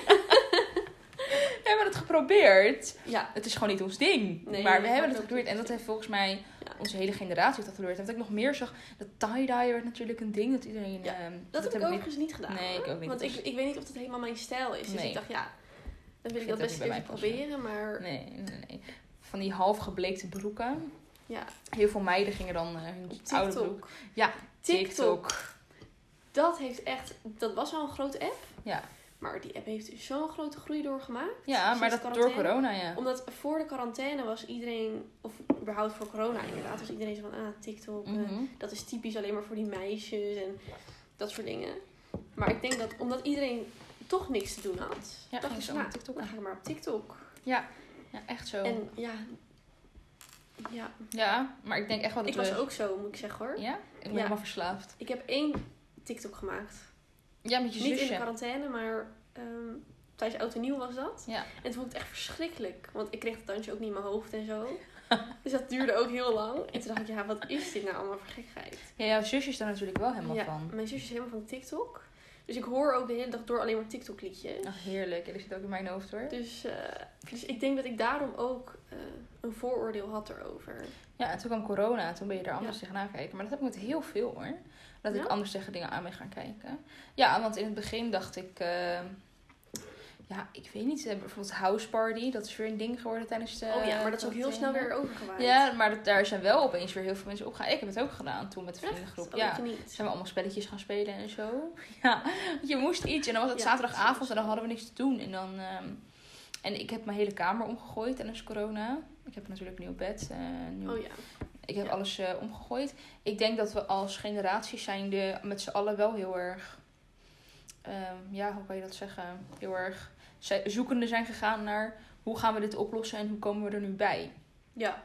[SPEAKER 1] We hebben het geprobeerd.
[SPEAKER 2] Ja.
[SPEAKER 1] Het is gewoon niet ons ding.
[SPEAKER 2] Nee,
[SPEAKER 1] maar we
[SPEAKER 2] nee,
[SPEAKER 1] hebben
[SPEAKER 2] dat
[SPEAKER 1] het geprobeerd.
[SPEAKER 2] is
[SPEAKER 1] En dat heeft volgens mij
[SPEAKER 2] Ja.
[SPEAKER 1] onze hele generatie heeft dat geprobeerd. En wat ik nog meer zag, dat tie-dye werd natuurlijk een ding. Dat iedereen...
[SPEAKER 2] Ja,
[SPEAKER 1] ehm,
[SPEAKER 2] Dat, heb ik
[SPEAKER 1] hebben we
[SPEAKER 2] overigens niet gedaan.
[SPEAKER 1] Nee,
[SPEAKER 2] hoor.
[SPEAKER 1] ik ook niet.
[SPEAKER 2] Want ik, ik weet niet of dat helemaal mijn stijl is. Dus
[SPEAKER 1] Nee.
[SPEAKER 2] ik dacht, ja, dan wil ik
[SPEAKER 1] vind
[SPEAKER 2] dat
[SPEAKER 1] dat
[SPEAKER 2] best
[SPEAKER 1] niet bij
[SPEAKER 2] even
[SPEAKER 1] mij passen.
[SPEAKER 2] proberen. Maar
[SPEAKER 1] niet- Nee, nee, nee. Van die half gebleekte broeken.
[SPEAKER 2] ja,
[SPEAKER 1] Heel veel meiden gingen dan eh, hun
[SPEAKER 2] op
[SPEAKER 1] oude broek.
[SPEAKER 2] TikTok.
[SPEAKER 1] Ja,
[SPEAKER 2] TikTok.
[SPEAKER 1] TikTok.
[SPEAKER 2] Dat heeft echt, dat was wel een grote app.
[SPEAKER 1] Ja.
[SPEAKER 2] Maar die app heeft dus zo'n grote groei doorgemaakt.
[SPEAKER 1] Ja, maar
[SPEAKER 2] Sinds
[SPEAKER 1] dat door
[SPEAKER 2] quarantaine.
[SPEAKER 1] corona, ja.
[SPEAKER 2] Omdat voor de quarantaine was iedereen, of überhaupt voor corona inderdaad, was iedereen zo van, ah, TikTok, eh,
[SPEAKER 1] Mhm.
[SPEAKER 2] dat is typisch alleen maar voor die meisjes en dat soort dingen. Maar ik denk dat omdat iedereen toch niks te doen had,
[SPEAKER 1] Ja,
[SPEAKER 2] dacht
[SPEAKER 1] ging
[SPEAKER 2] ik
[SPEAKER 1] ze
[SPEAKER 2] zo,
[SPEAKER 1] allemaal
[SPEAKER 2] nou,
[SPEAKER 1] TikTok
[SPEAKER 2] dan
[SPEAKER 1] aan.
[SPEAKER 2] ga ik maar op Tiktok.
[SPEAKER 1] Ja, echt zo.
[SPEAKER 2] En ja, ja.
[SPEAKER 1] Ja, maar ik denk echt wel dat
[SPEAKER 2] ik was
[SPEAKER 1] we...
[SPEAKER 2] ook zo, moet ik zeggen hoor.
[SPEAKER 1] Ja? Ik ben
[SPEAKER 2] Ja.
[SPEAKER 1] helemaal verslaafd.
[SPEAKER 2] Ik heb één TikTok gemaakt.
[SPEAKER 1] Ja, met je
[SPEAKER 2] Niet in de
[SPEAKER 1] zusje.
[SPEAKER 2] quarantaine, maar ehm, tijdens Oud en Nieuw was dat.
[SPEAKER 1] Ja.
[SPEAKER 2] En toen vond ik het echt verschrikkelijk. Want ik kreeg het dansje ook niet in mijn hoofd en zo. dus dat duurde ook heel lang. En toen dacht ik, ja, wat is dit nou allemaal voor gekheid?
[SPEAKER 1] Ja, jouw zusje is daar natuurlijk wel helemaal
[SPEAKER 2] ja,
[SPEAKER 1] van.
[SPEAKER 2] Mijn zusje is helemaal van TikTok. Dus ik hoor ook de hele dag door alleen maar TikTok liedjes.
[SPEAKER 1] Ach, heerlijk. En die zit ook in mijn hoofd, hoor.
[SPEAKER 2] Dus, eh, dus ik denk dat ik daarom ook eh, een vooroordeel had erover.
[SPEAKER 1] Ja, en toen kwam corona, toen ben je er anders
[SPEAKER 2] Ja.
[SPEAKER 1] tegenaan kijken. Maar dat heb ik met heel veel hoor. Dat
[SPEAKER 2] Ja?
[SPEAKER 1] ik anders tegen dingen aan ben gaan kijken. Ja, want in het begin dacht ik. eh, ja, ik weet niet. eh, Bijvoorbeeld House Party, dat is weer een ding geworden tijdens de.
[SPEAKER 2] oh ja, maar dat is ook heel snel
[SPEAKER 1] quarantaine.
[SPEAKER 2] weer overgewaaid.
[SPEAKER 1] Ja, maar dat, daar zijn wel opeens weer heel veel mensen opgegaan. Ik heb het ook gedaan toen met de vriendengroep.
[SPEAKER 2] Oh,
[SPEAKER 1] ja.
[SPEAKER 2] ik niet.
[SPEAKER 1] Zijn we allemaal spelletjes gaan spelen en zo. Ja, want je moest iets. En dan was het
[SPEAKER 2] Ja,
[SPEAKER 1] zaterdagavond en dan hadden we niks te doen. En dan... ehm, en ik heb mijn hele kamer omgegooid tijdens corona. Ik heb natuurlijk een nieuw bed, eh, een nieuw
[SPEAKER 2] Oh ja.
[SPEAKER 1] ik heb
[SPEAKER 2] Ja.
[SPEAKER 1] alles eh, omgegooid. Ik denk dat we als generatie zijnde met z'n allen wel heel erg... ehm, ja, hoe kan je dat zeggen? Heel erg zij- zoekende zijn gegaan naar... hoe gaan we dit oplossen en hoe komen we er nu bij?
[SPEAKER 2] Ja.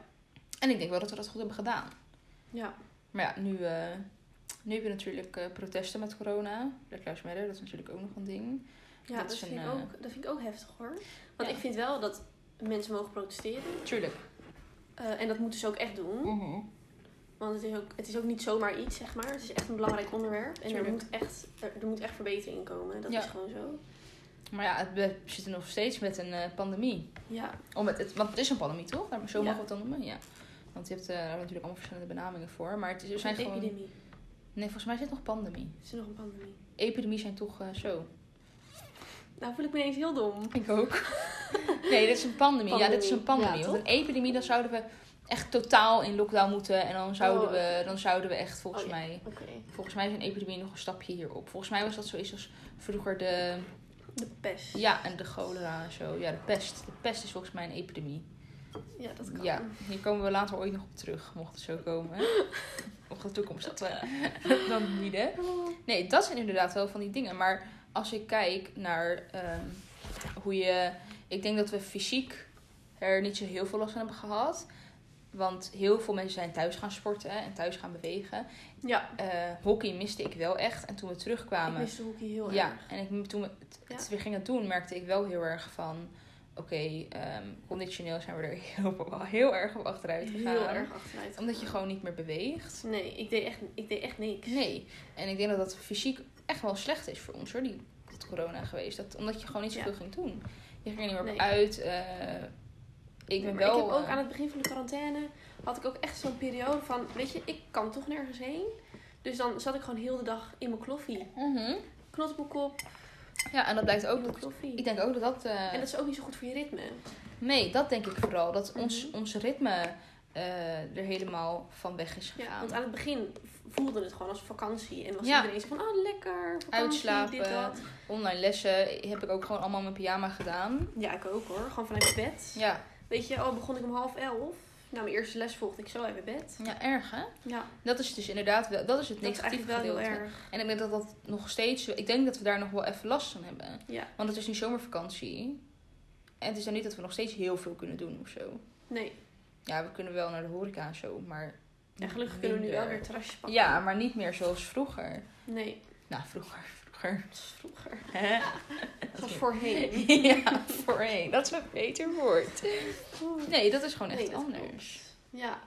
[SPEAKER 1] En ik denk wel dat we dat goed hebben gedaan.
[SPEAKER 2] Ja.
[SPEAKER 1] Maar ja, nu, eh, nu heb je natuurlijk eh, protesten met corona. Black Lives Matter, dat is natuurlijk ook nog een ding.
[SPEAKER 2] Ja,
[SPEAKER 1] Dat
[SPEAKER 2] dat,
[SPEAKER 1] is een,
[SPEAKER 2] vind ik
[SPEAKER 1] eh,
[SPEAKER 2] ook, dat vind ik ook heftig hoor. Want
[SPEAKER 1] Ja.
[SPEAKER 2] ik vind wel dat mensen mogen protesteren.
[SPEAKER 1] Tuurlijk.
[SPEAKER 2] eh, en dat moeten ze ook echt doen. Want het is ook, het is ook niet zomaar iets, zeg maar. Het is echt een belangrijk onderwerp. En er
[SPEAKER 1] Tuurlijk.
[SPEAKER 2] moet, echt, er, er moet echt verbetering in komen. Dat
[SPEAKER 1] Ja.
[SPEAKER 2] is gewoon zo.
[SPEAKER 1] Maar ja, het, we zitten nog steeds met een eh, pandemie.
[SPEAKER 2] Ja,
[SPEAKER 1] Om Oh, het, het- want het is een pandemie, toch? Daar, zo
[SPEAKER 2] Ja.
[SPEAKER 1] mag we het dan noemen, ja. Want je hebt eh, daar natuurlijk allemaal verschillende benamingen voor. Maar het is, er
[SPEAKER 2] er
[SPEAKER 1] zijn
[SPEAKER 2] een
[SPEAKER 1] gewoon...
[SPEAKER 2] epidemie.
[SPEAKER 1] Nee, volgens mij zit nog pandemie.
[SPEAKER 2] Is er nog een pandemie?
[SPEAKER 1] Epidemie zijn toch eh, zo?
[SPEAKER 2] Nou voel ik me ineens heel dom.
[SPEAKER 1] Ik ook. nee, dit is een pandemie. Ja, dit is een
[SPEAKER 2] Pandemie.
[SPEAKER 1] pandemie.
[SPEAKER 2] Ja,
[SPEAKER 1] want een epidemie, dan zouden we echt totaal in lockdown moeten. En dan zouden,
[SPEAKER 2] Oh,
[SPEAKER 1] we, dan zouden we echt, volgens
[SPEAKER 2] Oh, ja.
[SPEAKER 1] mij...
[SPEAKER 2] Oké.
[SPEAKER 1] Volgens mij is een epidemie nog een stapje hierop. Volgens mij was dat zoiets als vroeger de...
[SPEAKER 2] De pest.
[SPEAKER 1] Ja, en de cholera en zo. Ja, de pest. De pest is volgens mij een epidemie.
[SPEAKER 2] Ja, dat kan.
[SPEAKER 1] Ja, hier komen we later ooit nog op terug, mocht het zo komen. of de toekomst dat
[SPEAKER 2] eh,
[SPEAKER 1] we dan bieden.
[SPEAKER 2] Oh,
[SPEAKER 1] Nee, dat zijn inderdaad wel van die dingen. Maar als ik kijk naar ehm, hoe je. Ik denk dat we fysiek er niet zo heel veel last van hebben gehad. Want heel veel mensen zijn thuis gaan sporten en thuis gaan bewegen.
[SPEAKER 2] Ja,
[SPEAKER 1] Eh, hockey miste ik wel echt. En toen we
[SPEAKER 2] ik
[SPEAKER 1] terugkwamen.
[SPEAKER 2] mis de hockey heel
[SPEAKER 1] ja,
[SPEAKER 2] erg.
[SPEAKER 1] en ik, toen we het,
[SPEAKER 2] Ja.
[SPEAKER 1] het weer gingen doen, merkte ik wel heel erg van. Oké, ehm, conditioneel zijn we er heel, wel heel erg op achteruit gegaan.
[SPEAKER 2] Heel erg achteruit.
[SPEAKER 1] Omdat je gewoon niet meer beweegt.
[SPEAKER 2] Nee, ik deed echt, ik deed echt niks.
[SPEAKER 1] Nee. En ik denk dat dat fysiek echt wel slecht is voor ons hoor, die, dat corona geweest. Dat, omdat je gewoon niet zoveel
[SPEAKER 2] Ja.
[SPEAKER 1] ging doen. Je ging er niet meer op
[SPEAKER 2] Nee.
[SPEAKER 1] uit. eh, ik
[SPEAKER 2] Nee,
[SPEAKER 1] ben
[SPEAKER 2] maar
[SPEAKER 1] wel...
[SPEAKER 2] Ik heb ook
[SPEAKER 1] eh,
[SPEAKER 2] aan het begin van de quarantaine had ik ook echt zo'n periode van, weet je, ik kan toch nergens heen. Dus dan zat ik gewoon heel de dag in mijn kloffie.
[SPEAKER 1] mhm.
[SPEAKER 2] Knot op mijn kop,
[SPEAKER 1] Ja, en dat blijkt ook...
[SPEAKER 2] in mijn
[SPEAKER 1] Dat,
[SPEAKER 2] kloffie.
[SPEAKER 1] ik denk ook dat dat... eh,
[SPEAKER 2] En dat is ook niet zo goed voor je ritme.
[SPEAKER 1] Nee, dat denk ik vooral. Dat ons,
[SPEAKER 2] Mhm.
[SPEAKER 1] ons ritme eh, er helemaal van weg is
[SPEAKER 2] Ja,
[SPEAKER 1] gegaan.
[SPEAKER 2] want aan het begin voelde het gewoon als vakantie. En was
[SPEAKER 1] Ja.
[SPEAKER 2] iedereen zo van, ah lekker, vakantie,
[SPEAKER 1] Uitslapen.
[SPEAKER 2] dit, dat.
[SPEAKER 1] Online lessen heb ik ook gewoon allemaal in mijn pyjama gedaan.
[SPEAKER 2] Ja, ik ook hoor. Gewoon vanuit mijn bed.
[SPEAKER 1] Ja,
[SPEAKER 2] Weet je, al begon ik om half elf. Nou, mijn eerste les volgde ik zo uit mijn bed.
[SPEAKER 1] ja erg hè?
[SPEAKER 2] Ja,
[SPEAKER 1] Dat is dus inderdaad wel, dat is het
[SPEAKER 2] dat is
[SPEAKER 1] negatieve
[SPEAKER 2] eigenlijk wel heel
[SPEAKER 1] gedeelte.
[SPEAKER 2] erg.
[SPEAKER 1] En ik denk dat dat nog steeds. Ik denk dat we daar nog wel even last van hebben.
[SPEAKER 2] Ja.
[SPEAKER 1] Want het is nu zomervakantie. En het is dan niet dat we nog steeds heel veel kunnen doen of zo.
[SPEAKER 2] Nee,
[SPEAKER 1] Ja, we kunnen wel naar de horeca en zo. Maar
[SPEAKER 2] En gelukkig kunnen we nu wel
[SPEAKER 1] minder.
[SPEAKER 2] weer terrasjes pakken.
[SPEAKER 1] Ja, maar niet meer zoals vroeger.
[SPEAKER 2] Nee,
[SPEAKER 1] Nou, vroeger, vroeger.
[SPEAKER 2] dat is vroeger.
[SPEAKER 1] Hè?
[SPEAKER 2] Dat was voorheen.
[SPEAKER 1] ja, voorheen. Dat is een beter woord. Nee, dat is gewoon echt
[SPEAKER 2] Nee, dat
[SPEAKER 1] anders.
[SPEAKER 2] Ja.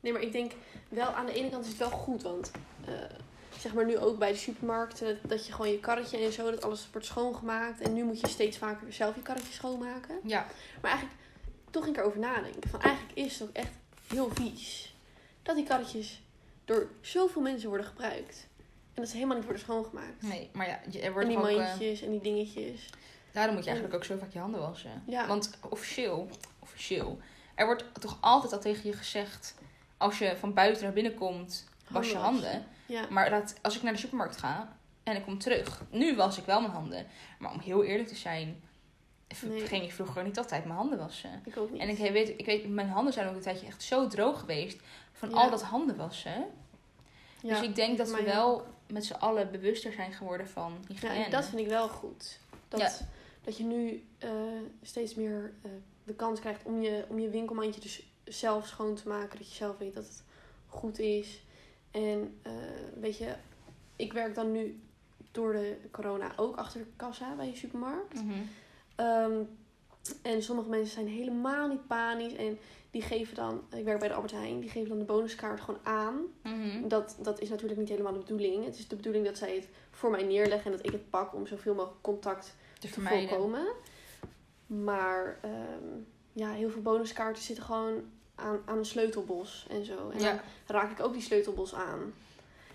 [SPEAKER 2] Nee, maar ik denk wel aan de ene kant is het wel goed. Want eh, zeg maar nu ook bij de supermarkten. Dat je gewoon je karretje en zo. Dat alles wordt schoongemaakt. En nu moet je steeds vaker zelf je karretje schoonmaken.
[SPEAKER 1] Ja,
[SPEAKER 2] Maar eigenlijk, toen ging ik erover nadenken. Van eigenlijk is het ook echt heel vies. Dat die karretjes door zoveel mensen worden gebruikt. En dat ze helemaal niet worden schoongemaakt.
[SPEAKER 1] nee, maar ja, je- er
[SPEAKER 2] en
[SPEAKER 1] wordt
[SPEAKER 2] die
[SPEAKER 1] ook... eh,
[SPEAKER 2] mandjes en die dingetjes.
[SPEAKER 1] daarom moet je eigenlijk ook zo vaak je handen wassen.
[SPEAKER 2] Ja.
[SPEAKER 1] Want officieel, officieel, er wordt toch altijd al tegen je gezegd... Als je van buiten naar binnen komt, was je
[SPEAKER 2] Handen
[SPEAKER 1] handen.
[SPEAKER 2] Ja.
[SPEAKER 1] Maar laat, als ik naar de supermarkt ga en ik kom terug, nu was ik wel mijn handen. Maar om heel eerlijk te zijn, v-
[SPEAKER 2] Nee.
[SPEAKER 1] ging ik vroeger niet altijd mijn handen wassen.
[SPEAKER 2] Ik ook niet.
[SPEAKER 1] En ik he- weet, ik weet, mijn handen zijn ook een tijdje echt zo droog geweest van
[SPEAKER 2] Ja.
[SPEAKER 1] al dat handen wassen.
[SPEAKER 2] Ja.
[SPEAKER 1] dus ik denk dat we
[SPEAKER 2] mij
[SPEAKER 1] wel met z'n allen bewuster zijn geworden van
[SPEAKER 2] Ja,
[SPEAKER 1] hygiëne.
[SPEAKER 2] en dat vind ik wel goed. Dat,
[SPEAKER 1] Ja.
[SPEAKER 2] dat je nu eh, steeds meer eh, de kans krijgt om je, om je winkelmandje dus zelf schoon te maken. Dat je zelf weet dat het goed is. En eh, weet je, ik werk dan nu door de corona ook achter de kassa bij een supermarkt.
[SPEAKER 1] Mhm.
[SPEAKER 2] Ehm, en sommige mensen zijn helemaal niet panisch. En die geven dan, ik werk bij de Albert Heijn, die geven dan de bonuskaart gewoon aan.
[SPEAKER 1] Mhm.
[SPEAKER 2] Dat, dat is natuurlijk niet helemaal de bedoeling. Het is de bedoeling dat zij het voor mij neerleggen en dat ik het pak om zoveel mogelijk contact
[SPEAKER 1] Dus
[SPEAKER 2] te
[SPEAKER 1] voor mij,
[SPEAKER 2] voorkomen. Maar ehm, ja, heel veel bonuskaarten zitten gewoon aan, aan een sleutelbos en zo. En
[SPEAKER 1] Ja.
[SPEAKER 2] dan raak ik ook die sleutelbos aan.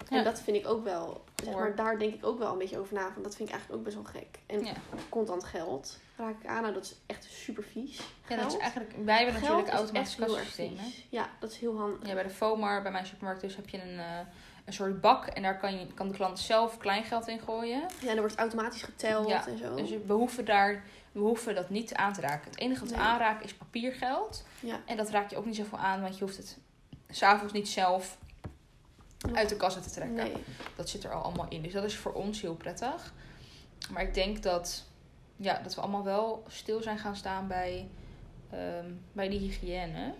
[SPEAKER 1] Ja.
[SPEAKER 2] En dat vind ik ook wel, zeg
[SPEAKER 1] Hoor.
[SPEAKER 2] maar, daar denk ik ook wel een beetje over na. Van, dat vind ik eigenlijk ook best wel gek. En
[SPEAKER 1] Ja.
[SPEAKER 2] contant geld raak ik aan. Nou, dat is echt super vies.
[SPEAKER 1] ja, dat is
[SPEAKER 2] Geld-
[SPEAKER 1] eigenlijk, wij hebben
[SPEAKER 2] geld
[SPEAKER 1] natuurlijk
[SPEAKER 2] is echt
[SPEAKER 1] automatisch
[SPEAKER 2] heel erg
[SPEAKER 1] kassasysteem. hè?
[SPEAKER 2] vies. Ja, dat is heel handig.
[SPEAKER 1] Ja, bij de FOMAR, bij mijn supermarkt dus, heb je een, eh, een soort bak. En daar kan, je, kan de klant zelf kleingeld in gooien.
[SPEAKER 2] Ja, dan wordt automatisch geteld
[SPEAKER 1] Ja,
[SPEAKER 2] en zo.
[SPEAKER 1] Dus we hoeven, daar, we hoeven dat niet aan te raken. Het enige wat we
[SPEAKER 2] Nee.
[SPEAKER 1] aanraken is papiergeld.
[SPEAKER 2] Ja.
[SPEAKER 1] En dat raak je ook niet zoveel aan, want je hoeft het s'avonds niet zelf uit de kassa te trekken.
[SPEAKER 2] Nee.
[SPEAKER 1] Dat zit er al allemaal in. Dus dat is voor ons heel prettig. Maar ik denk dat, ja, dat we allemaal wel stil zijn gaan staan bij, ehm, bij die hygiëne.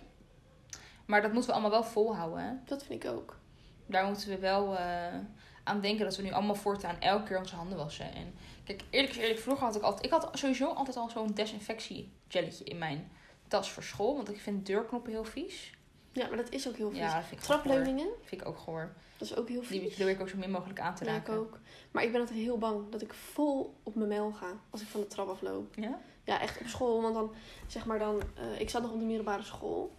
[SPEAKER 1] Maar dat moeten we allemaal wel volhouden. hè.
[SPEAKER 2] Dat vind ik ook.
[SPEAKER 1] daar moeten we wel eh, aan denken dat we nu allemaal voortaan elke keer onze handen wassen. En kijk, eerlijk is eerlijk, vroeger had ik altijd, ik had sowieso altijd al zo'n desinfectiegelletje in mijn tas voor school, want ik vind deurknoppen heel vies.
[SPEAKER 2] Ja, maar dat is ook heel vies.
[SPEAKER 1] Ja, dat vind ik goor.
[SPEAKER 2] Trapleuningen,
[SPEAKER 1] Vind ik ook goor.
[SPEAKER 2] dat is ook heel
[SPEAKER 1] Die
[SPEAKER 2] vies.
[SPEAKER 1] probeer ik ook zo min mogelijk aan te
[SPEAKER 2] ja, ik
[SPEAKER 1] raken.
[SPEAKER 2] ook. Maar ik ben altijd heel bang dat ik vol op mijn mel ga als ik van de trap afloop.
[SPEAKER 1] Ja?
[SPEAKER 2] Ja, echt op school. Want dan, zeg maar dan, eh, ik zat nog op de middelbare school.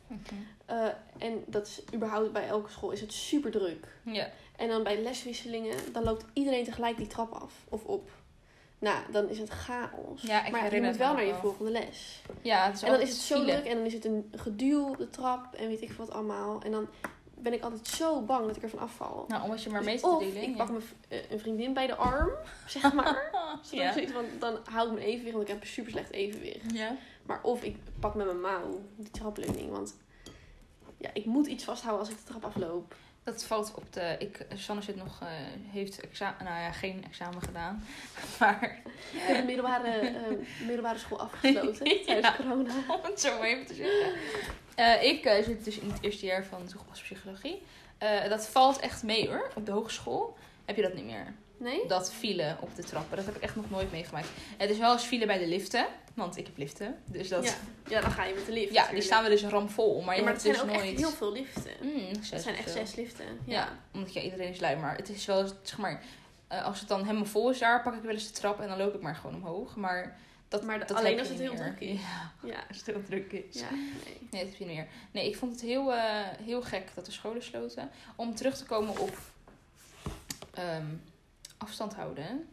[SPEAKER 2] Eh, en dat is überhaupt bij elke school is het super druk.
[SPEAKER 1] Ja.
[SPEAKER 2] En dan bij leswisselingen, dan loopt iedereen tegelijk die trap af of op. Nou, dan is het chaos.
[SPEAKER 1] Ja, ik
[SPEAKER 2] maar je
[SPEAKER 1] herinner
[SPEAKER 2] moet wel
[SPEAKER 1] me
[SPEAKER 2] naar je
[SPEAKER 1] wel.
[SPEAKER 2] volgende les.
[SPEAKER 1] ja, het is
[SPEAKER 2] En dan
[SPEAKER 1] altijd
[SPEAKER 2] is het zo
[SPEAKER 1] file.
[SPEAKER 2] druk en dan is het een geduw op de trap en weet ik wat allemaal. En dan ben ik altijd zo bang dat ik ervan afval.
[SPEAKER 1] Nou, omdat je maar
[SPEAKER 2] Dus
[SPEAKER 1] mee te
[SPEAKER 2] of ik
[SPEAKER 1] delen.
[SPEAKER 2] pak mijn v- eh, een vriendin bij de arm, zeg maar. Zodat ik
[SPEAKER 1] Ja.
[SPEAKER 2] zoiets van, dan hou ik mijn evenwicht, want ik heb een super slecht evenwicht.
[SPEAKER 1] Ja.
[SPEAKER 2] Maar of ik pak met mijn mouw die trapleuning, want ja, ik moet iets vasthouden als ik de trap afloop.
[SPEAKER 1] Dat valt op de. Ik, Sanne zit nog, eh, heeft examen, nou ja, geen examen gedaan. Maar
[SPEAKER 2] Ik heb de middelbare, eh, middelbare school afgesloten tijdens
[SPEAKER 1] Ja.
[SPEAKER 2] corona.
[SPEAKER 1] om het zo maar even te zeggen. Eh, ik eh, zit dus in het eerste jaar van toegepaste psychologie. Eh, dat valt echt mee hoor. Op de hogeschool heb je dat niet meer.
[SPEAKER 2] Nee?
[SPEAKER 1] Dat file op de trappen, dat heb ik echt nog nooit meegemaakt. Het is wel eens file bij de liften, want ik heb liften. Dus dat...
[SPEAKER 2] Ja.
[SPEAKER 1] Ja,
[SPEAKER 2] ja, dan ga je met de lift
[SPEAKER 1] die
[SPEAKER 2] natuurlijk.
[SPEAKER 1] staan we dus ramvol. Maar je
[SPEAKER 2] Ja, maar
[SPEAKER 1] hebt
[SPEAKER 2] dat zijn
[SPEAKER 1] dus
[SPEAKER 2] ook
[SPEAKER 1] nooit...
[SPEAKER 2] echt heel veel liften.
[SPEAKER 1] Mm, zes
[SPEAKER 2] Dat zijn
[SPEAKER 1] of
[SPEAKER 2] echt
[SPEAKER 1] zo.
[SPEAKER 2] zes liften.
[SPEAKER 1] Ja, omdat ja, iedereen is lui. Maar het is wel, eens- zeg maar, eh, als het dan helemaal vol is daar, pak ik wel eens de trap en dan loop ik maar gewoon omhoog. Maar, dat,
[SPEAKER 2] Maar de-
[SPEAKER 1] dat
[SPEAKER 2] alleen
[SPEAKER 1] heb
[SPEAKER 2] als
[SPEAKER 1] je
[SPEAKER 2] het
[SPEAKER 1] niet
[SPEAKER 2] heel
[SPEAKER 1] meer.
[SPEAKER 2] druk is.
[SPEAKER 1] Ja, Dus-
[SPEAKER 2] ja.
[SPEAKER 1] als het heel druk is.
[SPEAKER 2] Ja, nee.
[SPEAKER 1] Nee, dat heb je niet meer. Nee, ik vond het heel, eh, heel gek dat de scholen sloten. Om terug te komen op ehm, afstand houden.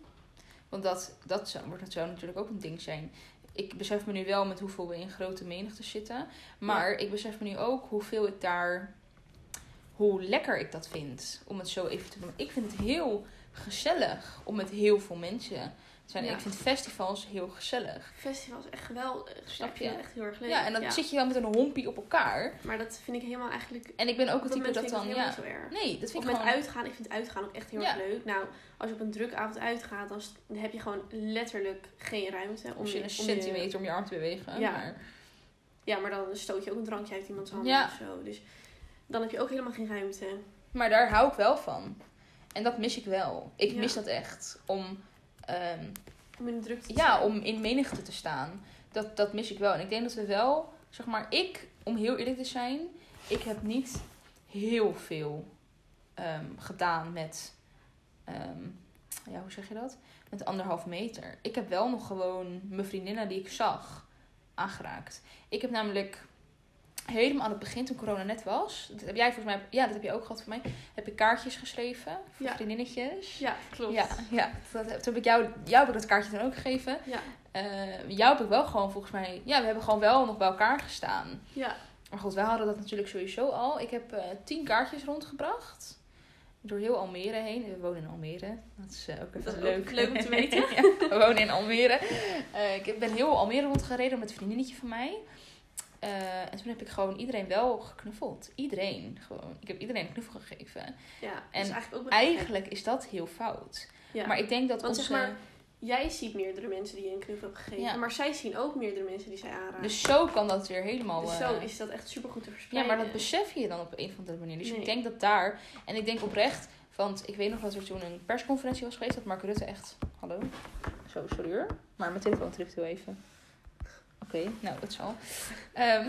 [SPEAKER 1] Want dat, dat zou- wordt zou natuurlijk ook een ding zijn. Ik besef me nu wel met hoeveel we in grote menigte zitten. Maar ik besef me nu ook hoeveel ik daar... Hoe lekker ik dat vind om het zo even te doen. Ik vind het heel gezellig om met heel veel mensen te zijn.
[SPEAKER 2] Ja.
[SPEAKER 1] Ik vind festivals heel gezellig.
[SPEAKER 2] Festival is echt geweldig.
[SPEAKER 1] Snap
[SPEAKER 2] Snap
[SPEAKER 1] je?
[SPEAKER 2] je? Echt heel erg leuk.
[SPEAKER 1] Ja, en dan zit je wel met een hompie op elkaar.
[SPEAKER 2] Maar dat vind ik helemaal eigenlijk...
[SPEAKER 1] En ik ben ook
[SPEAKER 2] op
[SPEAKER 1] het
[SPEAKER 2] dat
[SPEAKER 1] type
[SPEAKER 2] moment
[SPEAKER 1] dat
[SPEAKER 2] vind ik
[SPEAKER 1] dan...
[SPEAKER 2] helemaal
[SPEAKER 1] Ja,
[SPEAKER 2] niet zo erg.
[SPEAKER 1] Nee, dat
[SPEAKER 2] Of
[SPEAKER 1] vind ik
[SPEAKER 2] met
[SPEAKER 1] gewoon...
[SPEAKER 2] uitgaan. Ik vind uitgaan ook echt heel
[SPEAKER 1] Ja.
[SPEAKER 2] erg leuk. Nou, als je op een drukke avond uitgaat, dan s- dan heb je gewoon letterlijk geen ruimte. Om
[SPEAKER 1] Om je een
[SPEAKER 2] om
[SPEAKER 1] centimeter om je arm te bewegen.
[SPEAKER 2] Ja.
[SPEAKER 1] Maar,
[SPEAKER 2] ja, maar dan stoot je ook een drankje uit iemands hand
[SPEAKER 1] Ja.
[SPEAKER 2] of zo. Dus Dan heb je ook helemaal geen ruimte.
[SPEAKER 1] Maar daar hou ik wel van. En dat mis ik wel. Ik
[SPEAKER 2] Ja.
[SPEAKER 1] mis dat echt. Om, ehm,
[SPEAKER 2] Om in de drukte te
[SPEAKER 1] ja,
[SPEAKER 2] zijn.
[SPEAKER 1] om in menigte te staan. Dat, dat mis ik wel. En ik denk dat we wel, zeg maar, ik, om heel eerlijk te zijn, ik heb niet heel veel ehm, gedaan met, ehm, ja, hoe zeg je dat? Met anderhalf meter. Ik heb wel nog gewoon mijn vriendinnen die ik zag aangeraakt. Ik heb namelijk helemaal aan het begin, toen corona net was, dat heb jij volgens mij, ja, dat heb je ook gehad voor mij, heb ik kaartjes geschreven voor
[SPEAKER 2] Ja.
[SPEAKER 1] vriendinnetjes.
[SPEAKER 2] Ja, klopt.
[SPEAKER 1] Ja, ja. Dat, toen heb ik jou, jou heb ik dat kaartje dan ook gegeven.
[SPEAKER 2] Ja.
[SPEAKER 1] Eh, jou heb ik wel gewoon volgens mij... Ja, we hebben gewoon wel nog bij elkaar gestaan.
[SPEAKER 2] Ja.
[SPEAKER 1] Maar goed, wij hadden dat natuurlijk sowieso al. Ik heb eh, tien kaartjes rondgebracht. Door heel Almere heen. We wonen in Almere. Dat is eh, ook even
[SPEAKER 2] Dat is ook
[SPEAKER 1] leuk.
[SPEAKER 2] leuk om te weten.
[SPEAKER 1] Ja, we wonen in Almere. Eh, ik ben heel Almere rondgereden met een vriendinnetje van mij. Eh, en toen heb ik gewoon iedereen wel geknuffeld. Iedereen gewoon. Ik heb iedereen een knuffel gegeven.
[SPEAKER 2] Ja, dat
[SPEAKER 1] En
[SPEAKER 2] is eigenlijk ook wel gek.
[SPEAKER 1] Eigenlijk is dat heel fout.
[SPEAKER 2] Ja.
[SPEAKER 1] Maar ik denk dat
[SPEAKER 2] Want
[SPEAKER 1] onze...
[SPEAKER 2] zeg maar, jij ziet meerdere mensen die je een knuffel hebt gegeven.
[SPEAKER 1] Ja.
[SPEAKER 2] Maar zij zien ook meerdere mensen die zij aanraken.
[SPEAKER 1] Dus
[SPEAKER 2] Dus,
[SPEAKER 1] zo kan dat weer helemaal... eh,
[SPEAKER 2] zo is dat echt super goed te
[SPEAKER 1] ja,
[SPEAKER 2] verspreiden.
[SPEAKER 1] maar dat besef je dan op een of andere manier. Dus ik
[SPEAKER 2] Nee.
[SPEAKER 1] denk dat daar... En ik denk oprecht... Want ik weet nog dat er toen een persconferentie was geweest... dat Mark Rutte echt... Hallo? Zo, sorry hoor. Maar mijn telefoon tript heel even. Oké, nou, dat zal. Ehm,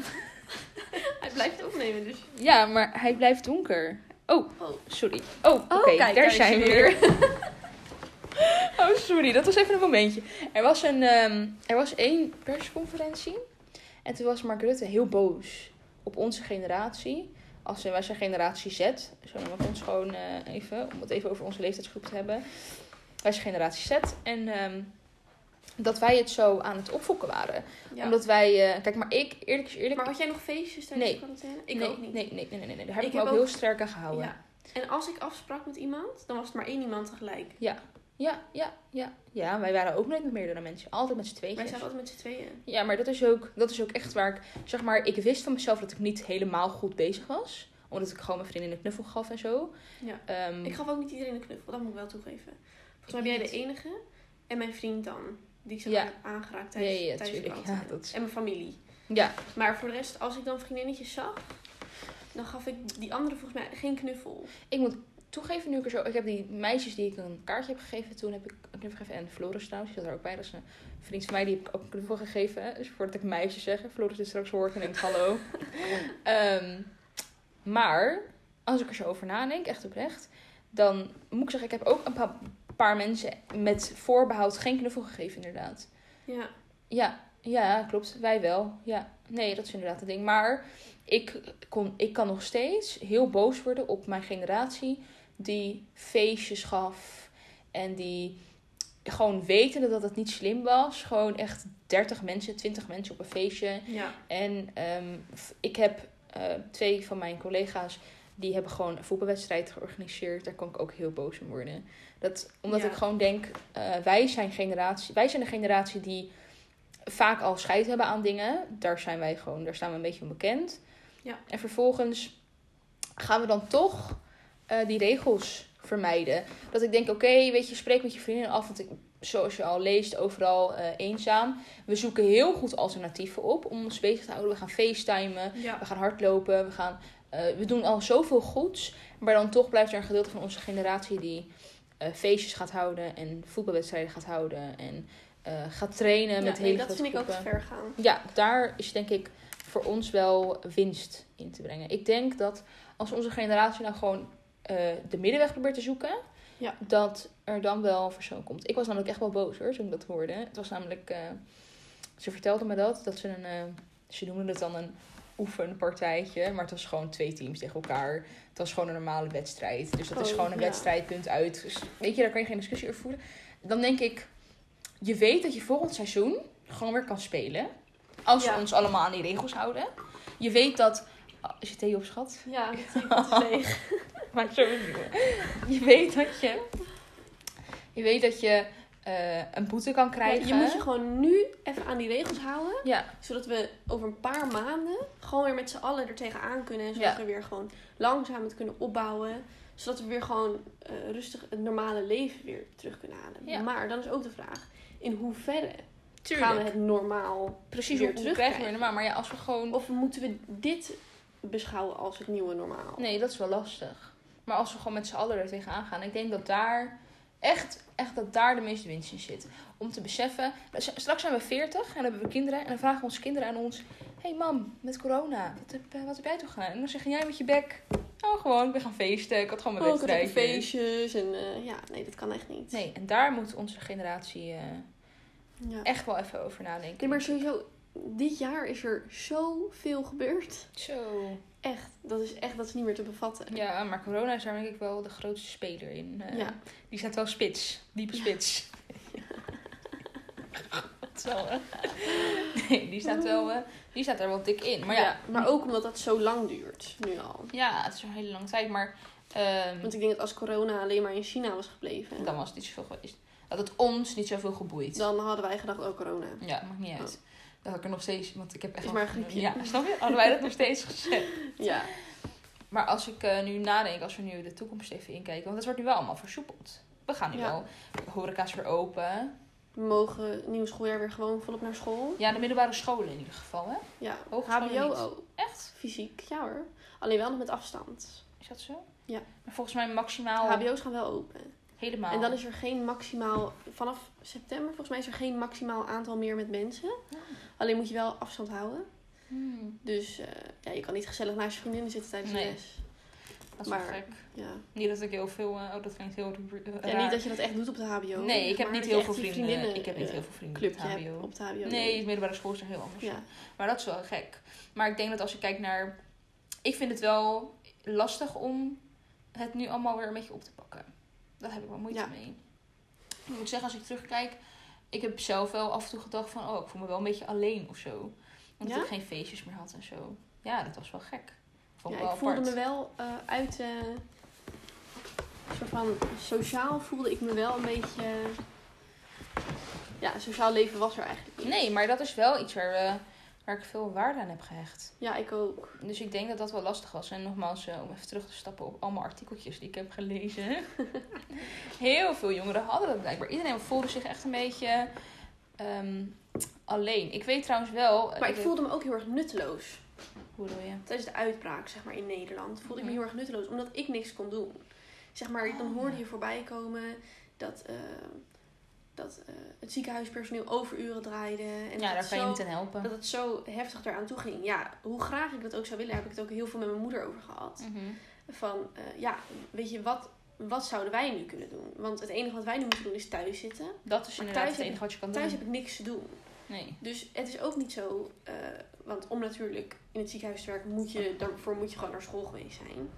[SPEAKER 2] Hij blijft opnemen, dus...
[SPEAKER 1] ja, maar hij blijft donker. Oh,
[SPEAKER 2] Oh.
[SPEAKER 1] sorry. Oh, oké,
[SPEAKER 2] kijk,
[SPEAKER 1] daar
[SPEAKER 2] daar is
[SPEAKER 1] zijn we
[SPEAKER 2] hij
[SPEAKER 1] weer. oh, sorry, dat was even een momentje. Er was, een, ehm, er was één persconferentie. En toen was Mark Rutte heel boos op onze generatie. Als in, wij zijn generatie Z. Zo noemen we ons gewoon eh, even. Om het even over onze leeftijdsgroep te hebben. Wij zijn generatie Z. En ehm, dat wij het zo aan het opfokken waren.
[SPEAKER 2] Ja.
[SPEAKER 1] Omdat wij... eh, kijk, maar ik... Eerlijk is eerlijk.
[SPEAKER 2] Maar had jij nog feestjes tijdens
[SPEAKER 1] Nee.
[SPEAKER 2] de quarantaine? Ik
[SPEAKER 1] nee,
[SPEAKER 2] ook niet.
[SPEAKER 1] Nee, nee, nee, nee, nee. Daar heb ik, eh.
[SPEAKER 2] Ik
[SPEAKER 1] me ook
[SPEAKER 2] heb
[SPEAKER 1] heel
[SPEAKER 2] ook-
[SPEAKER 1] sterk aan gehouden.
[SPEAKER 2] Ja. En als ik afsprak met iemand, dan was het maar één iemand tegelijk.
[SPEAKER 1] Ja, ja, ja. Ja, wij waren ook nooit met meerdere mensen. Altijd met z'n
[SPEAKER 2] Wij
[SPEAKER 1] tweetjes.
[SPEAKER 2] zaten altijd met z'n tweeën.
[SPEAKER 1] Ja, maar dat is, ook, dat is ook echt waar ik... Zeg maar, ik wist van mezelf dat ik niet helemaal goed bezig was. Omdat ik gewoon mijn vriendin een knuffel gaf en zo.
[SPEAKER 2] Ja.
[SPEAKER 1] Ehm,
[SPEAKER 2] Ik gaf ook niet iedereen een knuffel, dat moet ik wel toegeven. Volgens mij ben jij de enige. En mijn vriend dan. Die ik zeg
[SPEAKER 1] Ja.
[SPEAKER 2] maar heb aangeraakt
[SPEAKER 1] Ja,
[SPEAKER 2] tijdens,
[SPEAKER 1] ja, ja,
[SPEAKER 2] tijdens de
[SPEAKER 1] tuurlijk. Ja,
[SPEAKER 2] quarantaine.
[SPEAKER 1] dat is-
[SPEAKER 2] En mijn familie.
[SPEAKER 1] ja,
[SPEAKER 2] Maar voor de rest, als ik dan vriendinnetjes zag, dan gaf ik die andere volgens mij geen knuffel.
[SPEAKER 1] ik moet toegeven nu ik er zo... Ik heb die meisjes die ik een kaartje heb gegeven. Toen heb ik een knuffel gegeven. En Floris trouwens, die zat er ook bij. Dat is een vriend van mij. Die heb ik ook een knuffel gegeven. Dus voordat ik meisjes zeg. en Floris dit straks hoort en denkt hallo. Ehm, maar als ik er zo over nadenk, echt oprecht. Dan moet ik zeggen, ik heb ook een paar, paar mensen met voorbehoud geen knuffel gegeven inderdaad.
[SPEAKER 2] Ja,
[SPEAKER 1] Ja, ja, klopt. Wij wel. Ja. Nee, dat is inderdaad het ding. Maar ik, kon, ik kan nog steeds heel boos worden op mijn generatie die feestjes gaf en die gewoon wetende dat het niet slim was, gewoon echt 30 mensen, 20 mensen op een feestje.
[SPEAKER 2] ja.
[SPEAKER 1] En ehm, f- ik heb eh, twee van mijn collega's die hebben gewoon een voetbalwedstrijd georganiseerd. Daar kon ik ook heel boos om worden. Dat, omdat
[SPEAKER 2] Ja.
[SPEAKER 1] ik gewoon denk, eh, wij, zijn generatie, wij zijn de generatie die vaak al scheid hebben aan dingen. Daar zijn wij gewoon, daar staan we een beetje onbekend.
[SPEAKER 2] Ja.
[SPEAKER 1] En vervolgens gaan we dan toch eh, die regels vermijden. Dat ik denk, oké, weet je, spreek met je vrienden af. Want ik, zoals je al leest, overal eh, eenzaam. We zoeken heel goed alternatieven op om ons bezig te houden. We gaan facetimen,
[SPEAKER 2] ja.
[SPEAKER 1] we gaan hardlopen, we, gaan, eh, we doen al zoveel goeds. Maar dan toch blijft er een gedeelte van onze generatie die eh, feestjes gaat houden en voetbalwedstrijden gaat houden en eh, gaat trainen
[SPEAKER 2] Ja,
[SPEAKER 1] met
[SPEAKER 2] nee,
[SPEAKER 1] hele
[SPEAKER 2] dat
[SPEAKER 1] grote
[SPEAKER 2] vind ik ook te
[SPEAKER 1] groepen.
[SPEAKER 2] ver gaan.
[SPEAKER 1] Ja, daar is denk ik voor ons wel winst in te brengen. Ik denk dat als onze generatie nou gewoon eh, de middenweg probeert te zoeken,
[SPEAKER 2] Ja.
[SPEAKER 1] dat er dan wel een persoon komt. Ik was namelijk echt wel boos hoor, toen ik dat hoorde. Het was namelijk, eh, ze vertelde me dat, dat ze een, eh, ze noemden het dan een oefenpartijtje, maar het was gewoon twee teams tegen elkaar. Het was gewoon een normale wedstrijd. Dus dat is
[SPEAKER 2] Oh,
[SPEAKER 1] gewoon een
[SPEAKER 2] ja.
[SPEAKER 1] wedstrijd, punt uit. Dus, weet je, daar kan je geen discussie over voeren. Dan denk ik, je weet dat je volgend seizoen gewoon weer kan spelen. Als we
[SPEAKER 2] Ja.
[SPEAKER 1] ons allemaal aan die regels houden. Je weet dat. Oh, is je thee op schat?
[SPEAKER 2] Ja, dat vind ik wel te leeg.
[SPEAKER 1] Maar zo Je weet dat je. Je weet dat je eh, een boete kan
[SPEAKER 2] Ja,
[SPEAKER 1] krijgen.
[SPEAKER 2] je moet je gewoon nu even aan die regels houden,
[SPEAKER 1] Ja,
[SPEAKER 2] zodat we over een paar maanden gewoon weer met z'n allen er tegenaan kunnen. En zodat
[SPEAKER 1] Ja.
[SPEAKER 2] we weer gewoon langzaam het kunnen opbouwen. Zodat we weer gewoon eh, rustig het normale leven weer terug kunnen halen.
[SPEAKER 1] Ja.
[SPEAKER 2] Maar dan is ook de vraag, in hoeverre gaan we
[SPEAKER 1] tuurlijk.
[SPEAKER 2] het normaal
[SPEAKER 1] Precies,
[SPEAKER 2] weer
[SPEAKER 1] hoe, hoe krijgen we
[SPEAKER 2] terugkrijgen?
[SPEAKER 1] normaal. Maar ja, als we gewoon.
[SPEAKER 2] Of moeten we dit beschouwen als het nieuwe normaal. Oh,
[SPEAKER 1] Nee, dat is wel lastig. Maar als we gewoon met z'n allen er tegenaan gaan, ik denk dat daar echt, echt dat daar de meeste winst in zit. Om te beseffen, straks zijn we 40 en dan hebben we kinderen en dan vragen onze kinderen aan ons: Hé hey mam, met corona, wat heb, eh, wat heb jij toch gedaan? En dan zeg jij met je bek: Oh, gewoon, ik ben gaan feesten, Oh, ik had gewoon mijn
[SPEAKER 2] Ook het op
[SPEAKER 1] wedstrijdje.
[SPEAKER 2] feestjes en eh, ja, nee, dat kan echt niet.
[SPEAKER 1] Nee, en daar moet onze generatie eh,
[SPEAKER 2] Ja.
[SPEAKER 1] echt wel even over nadenken.
[SPEAKER 2] Nee, maar sowieso, dit jaar is er zoveel gebeurd.
[SPEAKER 1] Zo.
[SPEAKER 2] Echt, dat is echt dat is niet meer te bevatten.
[SPEAKER 1] Ja, maar corona is daar denk ik wel de grootste speler in. eh.
[SPEAKER 2] Ja.
[SPEAKER 1] Die staat wel spits. Diepe spits. Wat zo, hè? eh. Nee, die staat, wel, eh, die staat er wel dik in. Maar ja, Mm. ja,
[SPEAKER 2] maar ook omdat dat zo lang duurt, nu al.
[SPEAKER 1] het is een hele lange tijd. Maar ehm,
[SPEAKER 2] Want ik denk dat als corona alleen maar in China was gebleven,
[SPEAKER 1] dan was het niet zoveel geweest. Dat het ons niet zoveel geboeid.
[SPEAKER 2] dan hadden wij gedacht, oh corona.
[SPEAKER 1] Ja, maakt niet uit. Dat had ik er nog steeds, want ik heb echt...
[SPEAKER 2] Is
[SPEAKER 1] al-
[SPEAKER 2] maar een griepje.
[SPEAKER 1] Ja, snap je? Hadden wij dat nog steeds gezegd.
[SPEAKER 2] Ja,
[SPEAKER 1] Maar als ik eh, nu nadenk, als we nu de toekomst even inkijken, want het wordt nu wel allemaal versoepeld. We gaan nu
[SPEAKER 2] Ja.
[SPEAKER 1] wel, horeca's weer open.
[SPEAKER 2] we mogen nieuw schooljaar weer gewoon volop naar school.
[SPEAKER 1] Ja, de middelbare scholen in ieder geval, hè?
[SPEAKER 2] Ja,
[SPEAKER 1] Hogescholen
[SPEAKER 2] HBO
[SPEAKER 1] niet.
[SPEAKER 2] ook.
[SPEAKER 1] Echt?
[SPEAKER 2] Fysiek, ja hoor. Alleen wel nog met afstand.
[SPEAKER 1] Is dat zo?
[SPEAKER 2] Ja.
[SPEAKER 1] Maar volgens mij maximaal
[SPEAKER 2] HBO's gaan wel open.
[SPEAKER 1] helemaal.
[SPEAKER 2] En dan is er geen maximaal, vanaf september volgens mij is er geen maximaal aantal meer met mensen.
[SPEAKER 1] Ja.
[SPEAKER 2] Alleen moet je wel afstand houden.
[SPEAKER 1] Hmm,
[SPEAKER 2] Dus eh, ja, je kan niet gezellig naast je vriendinnen zitten tijdens
[SPEAKER 1] Nee.
[SPEAKER 2] de les.
[SPEAKER 1] dat is wel
[SPEAKER 2] Maar-
[SPEAKER 1] gek.
[SPEAKER 2] Ja.
[SPEAKER 1] Niet dat ik heel veel... eh, oh, dat klinkt heel ru- eh,
[SPEAKER 2] ja,
[SPEAKER 1] raar.
[SPEAKER 2] niet dat je dat echt doet op de HBO.
[SPEAKER 1] Nee, ik heb
[SPEAKER 2] maar
[SPEAKER 1] niet
[SPEAKER 2] dat je
[SPEAKER 1] heel
[SPEAKER 2] echt
[SPEAKER 1] veel
[SPEAKER 2] die
[SPEAKER 1] vrienden. ik heb niet
[SPEAKER 2] eh,
[SPEAKER 1] heel veel vrienden op
[SPEAKER 2] clubje
[SPEAKER 1] het
[SPEAKER 2] hebt
[SPEAKER 1] HBO.
[SPEAKER 2] op de HBO.
[SPEAKER 1] Nee, het middelbare school is er heel anders.
[SPEAKER 2] Ja.
[SPEAKER 1] Maar dat is wel gek. Maar ik denk dat als je kijkt naar... Ik vind het wel lastig om het nu allemaal weer een beetje op te pakken. Daar heb ik wel moeite
[SPEAKER 2] Ja.
[SPEAKER 1] mee. Ik moet zeggen, als ik terugkijk... Ik heb zelf wel af en toe gedacht van... Oh, ik voel me wel een beetje alleen of zo. Omdat
[SPEAKER 2] Ja?
[SPEAKER 1] ik geen feestjes meer had en zo. Ja, dat was wel gek. Vond
[SPEAKER 2] Ja,
[SPEAKER 1] ik
[SPEAKER 2] ik
[SPEAKER 1] wel
[SPEAKER 2] voelde
[SPEAKER 1] apart.
[SPEAKER 2] me wel eh, uit. eh, een soort van sociaal voelde ik me wel een beetje. ja, sociaal leven was er eigenlijk niet.
[SPEAKER 1] Nee, maar dat is wel iets waar, we- waar ik veel waarde aan heb gehecht.
[SPEAKER 2] Ja, ik ook.
[SPEAKER 1] Dus ik denk dat dat wel lastig was. En nogmaals, eh, om even terug te stappen op allemaal artikeltjes die ik heb gelezen. Heel veel jongeren hadden dat blijkbaar. Iedereen voelde zich echt een beetje ehm, alleen. Ik weet trouwens wel... eh,
[SPEAKER 2] Maar ik voelde me ook heel erg nutteloos.
[SPEAKER 1] Hoe bedoel je?
[SPEAKER 2] Tijdens de uitbraak, zeg maar, in Nederland voelde ik
[SPEAKER 1] Mhm.
[SPEAKER 2] me heel erg nutteloos omdat ik niks kon doen. Zeg maar, dan
[SPEAKER 1] Oh,
[SPEAKER 2] hoorde
[SPEAKER 1] ja.
[SPEAKER 2] je voorbij komen dat. eh, dat eh, het ziekenhuispersoneel overuren draaide. En dat
[SPEAKER 1] ja, daar
[SPEAKER 2] het
[SPEAKER 1] kan je
[SPEAKER 2] zo-
[SPEAKER 1] niet aan helpen.
[SPEAKER 2] dat het zo heftig eraan toe ging. Ja, hoe graag ik dat ook zou willen, heb ik het ook heel veel met mijn moeder over gehad.
[SPEAKER 1] Mhm.
[SPEAKER 2] Van, eh, ja, weet je, wat, wat zouden wij nu kunnen doen? Want het enige wat wij nu moeten doen is thuis zitten.
[SPEAKER 1] Dat is
[SPEAKER 2] Maar
[SPEAKER 1] inderdaad
[SPEAKER 2] thuis
[SPEAKER 1] het
[SPEAKER 2] heb
[SPEAKER 1] enige wat je kan
[SPEAKER 2] Thuis
[SPEAKER 1] doen.
[SPEAKER 2] heb ik niks te doen.
[SPEAKER 1] Nee.
[SPEAKER 2] Dus het is ook niet zo, eh, want om natuurlijk in het ziekenhuis te werken, moet je, daarvoor moet je gewoon naar school geweest zijn.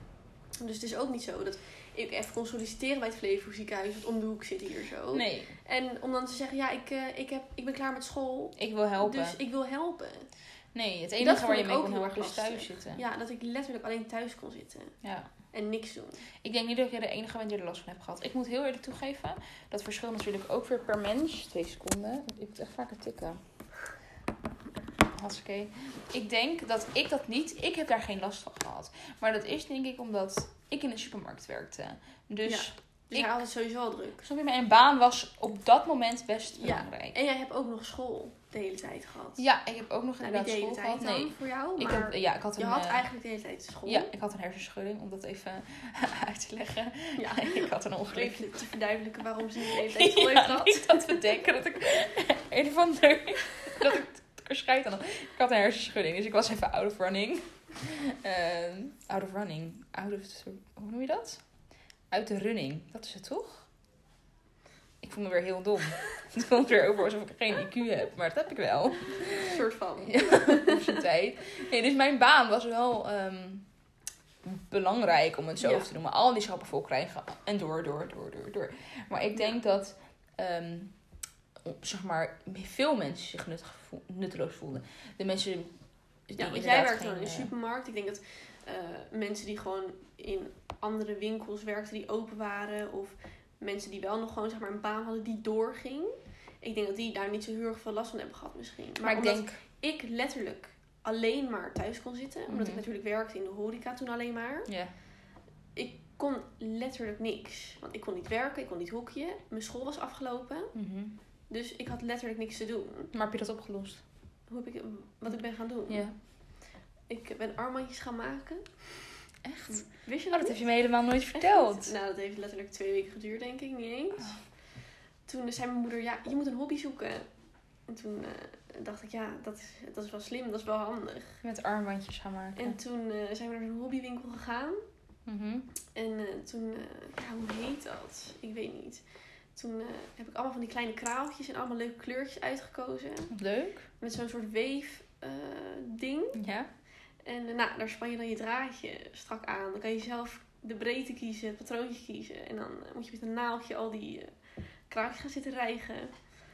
[SPEAKER 2] Dus het is ook niet zo dat ik even kon solliciteren bij het Flevo ziekenhuis, want om de hoek zit hier zo.
[SPEAKER 1] Nee,
[SPEAKER 2] En om dan te zeggen, ja, ik, eh, ik, heb, ik ben klaar met school,
[SPEAKER 1] ik wil helpen.
[SPEAKER 2] dus ik wil helpen.
[SPEAKER 1] Nee, het
[SPEAKER 2] Dat
[SPEAKER 1] enige
[SPEAKER 2] vond
[SPEAKER 1] waar je
[SPEAKER 2] ik
[SPEAKER 1] mee
[SPEAKER 2] ook
[SPEAKER 1] kon
[SPEAKER 2] heel
[SPEAKER 1] helpen
[SPEAKER 2] erg
[SPEAKER 1] is thuis
[SPEAKER 2] lastig.
[SPEAKER 1] zitten.
[SPEAKER 2] Ja, dat ik letterlijk alleen thuis kon zitten
[SPEAKER 1] ja.
[SPEAKER 2] en niks doen.
[SPEAKER 1] Ik denk niet dat je de enige bent die er last van hebt gehad. Ik moet heel eerlijk toegeven, dat verschilt natuurlijk ook weer per mens. Twee seconden. Ik moet echt vaker tikken. Hartstikke. Ik denk dat ik dat niet, ik heb daar geen last van gehad. Maar dat is denk ik omdat ik in de supermarkt werkte. Dus,
[SPEAKER 2] Dus
[SPEAKER 1] Ik-
[SPEAKER 2] hij had het sowieso al druk.
[SPEAKER 1] snap je, mijn baan was op dat moment best
[SPEAKER 2] Ja.
[SPEAKER 1] belangrijk. Ja,
[SPEAKER 2] En jij hebt ook nog school de hele tijd gehad.
[SPEAKER 1] ik heb ook nog
[SPEAKER 2] Nou, niet
[SPEAKER 1] inderdaad
[SPEAKER 2] de hele
[SPEAKER 1] school
[SPEAKER 2] tijd
[SPEAKER 1] gehad.
[SPEAKER 2] dan
[SPEAKER 1] Nee,
[SPEAKER 2] voor jou,
[SPEAKER 1] ik
[SPEAKER 2] maar
[SPEAKER 1] heb, ja, ik had
[SPEAKER 2] je
[SPEAKER 1] een,
[SPEAKER 2] had
[SPEAKER 1] eh,
[SPEAKER 2] eigenlijk de hele tijd school.
[SPEAKER 1] ja, ik had een hersenschudding, om dat even uit te leggen.
[SPEAKER 2] Ja.
[SPEAKER 1] ik had een
[SPEAKER 2] Om
[SPEAKER 1] ongeluk.
[SPEAKER 2] even te verduidelijken waarom ze niet de hele tijd school heeft
[SPEAKER 1] Ja,
[SPEAKER 2] gehad.
[SPEAKER 1] niet dat we denken dat ik een of ander... dat ik er scheid aan had. Ik had een hersenschudding, dus ik was even out of running. Ehm, out of running. Out of... Hoe noem je dat? Uit de running. Dat is het toch? Ik voel me weer heel dom. Het komt weer over alsof ik geen IQ heb, maar dat heb ik wel.
[SPEAKER 2] Een soort van.
[SPEAKER 1] Ja, op zijn tijd. Nee, dus mijn baan was wel ehm, belangrijk om het zo
[SPEAKER 2] Ja.
[SPEAKER 1] te noemen. Al die schappen vol krijgen en door, door, door, door, door. Maar ik denk dat ehm, zeg maar, veel mensen zich nuttig vo- nutteloos voelden. De mensen die
[SPEAKER 2] Ja, want jij
[SPEAKER 1] inderdaad
[SPEAKER 2] werkte dan
[SPEAKER 1] geen,
[SPEAKER 2] in de
[SPEAKER 1] eh,
[SPEAKER 2] supermarkt. Ik denk dat eh, mensen die gewoon in andere winkels werkten die open waren. Of mensen die wel nog gewoon zeg maar, een baan hadden die doorging. Ik denk dat die daar niet zo heel erg veel last van hebben gehad misschien. Maar,
[SPEAKER 1] Maar ik
[SPEAKER 2] omdat
[SPEAKER 1] denk,
[SPEAKER 2] ik letterlijk alleen maar thuis kon zitten. Omdat ik
[SPEAKER 1] Mhm.
[SPEAKER 2] natuurlijk werkte in de horeca toen alleen maar.
[SPEAKER 1] ja,
[SPEAKER 2] Ik kon letterlijk niks. Want ik kon niet werken, ik kon niet hoekje. Mijn school was afgelopen.
[SPEAKER 1] mhm.
[SPEAKER 2] Dus ik had letterlijk niks te doen.
[SPEAKER 1] maar heb je dat opgelost?
[SPEAKER 2] Oh, Hoe heb ik, wat ik ben gaan doen?
[SPEAKER 1] Ja.
[SPEAKER 2] Ik ben armbandjes gaan maken.
[SPEAKER 1] Echt?
[SPEAKER 2] Wist je
[SPEAKER 1] Oh,
[SPEAKER 2] dat?
[SPEAKER 1] dat heb
[SPEAKER 2] niet?
[SPEAKER 1] je me helemaal nooit
[SPEAKER 2] Echt
[SPEAKER 1] verteld.
[SPEAKER 2] niet? Nou, dat heeft letterlijk twee weken geduurd, denk ik, niet eens.
[SPEAKER 1] Oh.
[SPEAKER 2] Toen dus zei mijn moeder, ja, je moet een hobby zoeken. En toen eh, dacht ik, ja, dat is, dat is wel slim, dat is wel handig.
[SPEAKER 1] Met armbandjes gaan maken.
[SPEAKER 2] En toen eh, zijn we naar een hobbywinkel gegaan.
[SPEAKER 1] Mhm.
[SPEAKER 2] En eh, toen, eh, ja, hoe heet dat? Ik weet niet. Toen eh, heb ik allemaal van die kleine kraaltjes en allemaal leuke kleurtjes uitgekozen.
[SPEAKER 1] Wat Leuk.
[SPEAKER 2] Met zo'n soort weef eh, ding.
[SPEAKER 1] Ja.
[SPEAKER 2] En eh, nou, daar span je dan je draadje strak aan. Dan kan je zelf de breedte kiezen, het patroontje kiezen. En dan eh, moet je met een naaldje al die eh, kraakjes gaan zitten rijgen.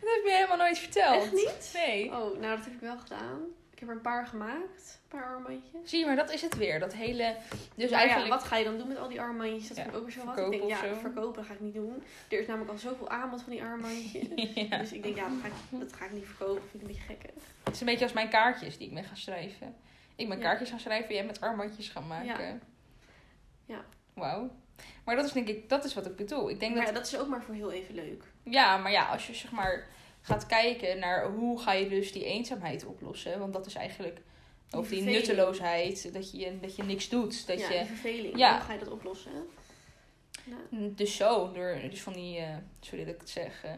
[SPEAKER 1] Dat heb je me helemaal nooit verteld.
[SPEAKER 2] Echt niet?
[SPEAKER 1] Nee.
[SPEAKER 2] Oh, nou dat heb ik wel gedaan. Ik heb er een paar gemaakt. Een paar armbandjes.
[SPEAKER 1] Zie je, maar dat is het weer. Dat hele... Dus
[SPEAKER 2] Maar
[SPEAKER 1] eigenlijk...
[SPEAKER 2] ja, wat ga je dan doen met al die armbandjes? Dat
[SPEAKER 1] Ja,
[SPEAKER 2] vind ik ook weer zo wat. Ik
[SPEAKER 1] verkopen
[SPEAKER 2] denk,
[SPEAKER 1] of
[SPEAKER 2] ja,
[SPEAKER 1] zo.
[SPEAKER 2] verkopen ga ik niet doen. Er is namelijk al zoveel aanbod van die armbandjes.
[SPEAKER 1] Ja.
[SPEAKER 2] Dus ik denk, ja, dat ga, ik, dat ga ik niet verkopen. Vind ik een beetje gekke.
[SPEAKER 1] Het is een beetje als mijn kaartjes die ik ben gaan schrijven. Ik ben
[SPEAKER 2] Ja.
[SPEAKER 1] kaartjes gaan schrijven, jij met armbandjes gaan maken.
[SPEAKER 2] Ja.
[SPEAKER 1] Wauw. Maar dat is denk ik, dat is wat ik bedoel. Ik denk
[SPEAKER 2] Maar
[SPEAKER 1] dat,
[SPEAKER 2] ja, dat is ook maar voor heel even leuk.
[SPEAKER 1] ja, maar ja, als je zeg maar gaat kijken naar hoe ga je dus die eenzaamheid oplossen. Want dat is eigenlijk, of die
[SPEAKER 2] verveling.
[SPEAKER 1] nutteloosheid, dat je, dat je niks doet. Dat
[SPEAKER 2] ja,
[SPEAKER 1] je,
[SPEAKER 2] die verveling.
[SPEAKER 1] Ja.
[SPEAKER 2] Hoe ga je dat oplossen? Nou. Ja.
[SPEAKER 1] dus zo, door dus van die, eh, sorry dat ik het zeg, eh,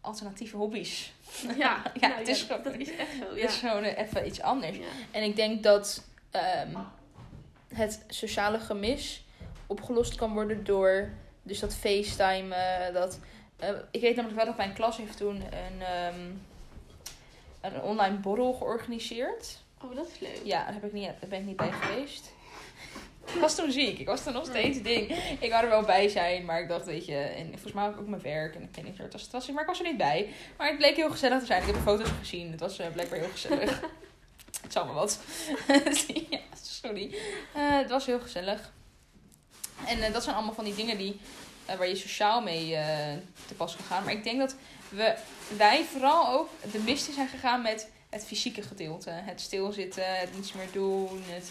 [SPEAKER 1] alternatieve hobby's.
[SPEAKER 2] Ja,
[SPEAKER 1] Ja, het is
[SPEAKER 2] dat,
[SPEAKER 1] gewoon-
[SPEAKER 2] dat is echt zo. Ja.
[SPEAKER 1] Dat is gewoon eh, even iets anders.
[SPEAKER 2] Ja.
[SPEAKER 1] En ik denk dat ehm, het sociale gemis opgelost kan worden door dus dat FaceTime. eh, dat, eh, ik weet namelijk wel dat mijn klas heeft toen een, ehm, een online borrel georganiseerd.
[SPEAKER 2] Oh, dat is leuk.
[SPEAKER 1] Ja, daar, heb ik niet, daar ben ik niet bij geweest. Ik was toen ziek. Ik was toen nog steeds ding. Ik wou er wel bij zijn, maar ik dacht, weet je... En volgens mij had ik ook mijn werk en ik ken niet waar het was. Het was maar ik was er niet bij. Maar het bleek heel gezellig te zijn. Ik heb foto's gezien. Het was eh, blijkbaar heel gezellig. het zal maar wat. ja, sorry. Eh, het was heel gezellig. En eh, dat zijn allemaal van die dingen die, eh, waar je sociaal mee eh, te pas kan gaan. Maar ik denk dat we, wij vooral ook de mist in zijn gegaan met het fysieke gedeelte. Het stilzitten, het niets meer doen. Het...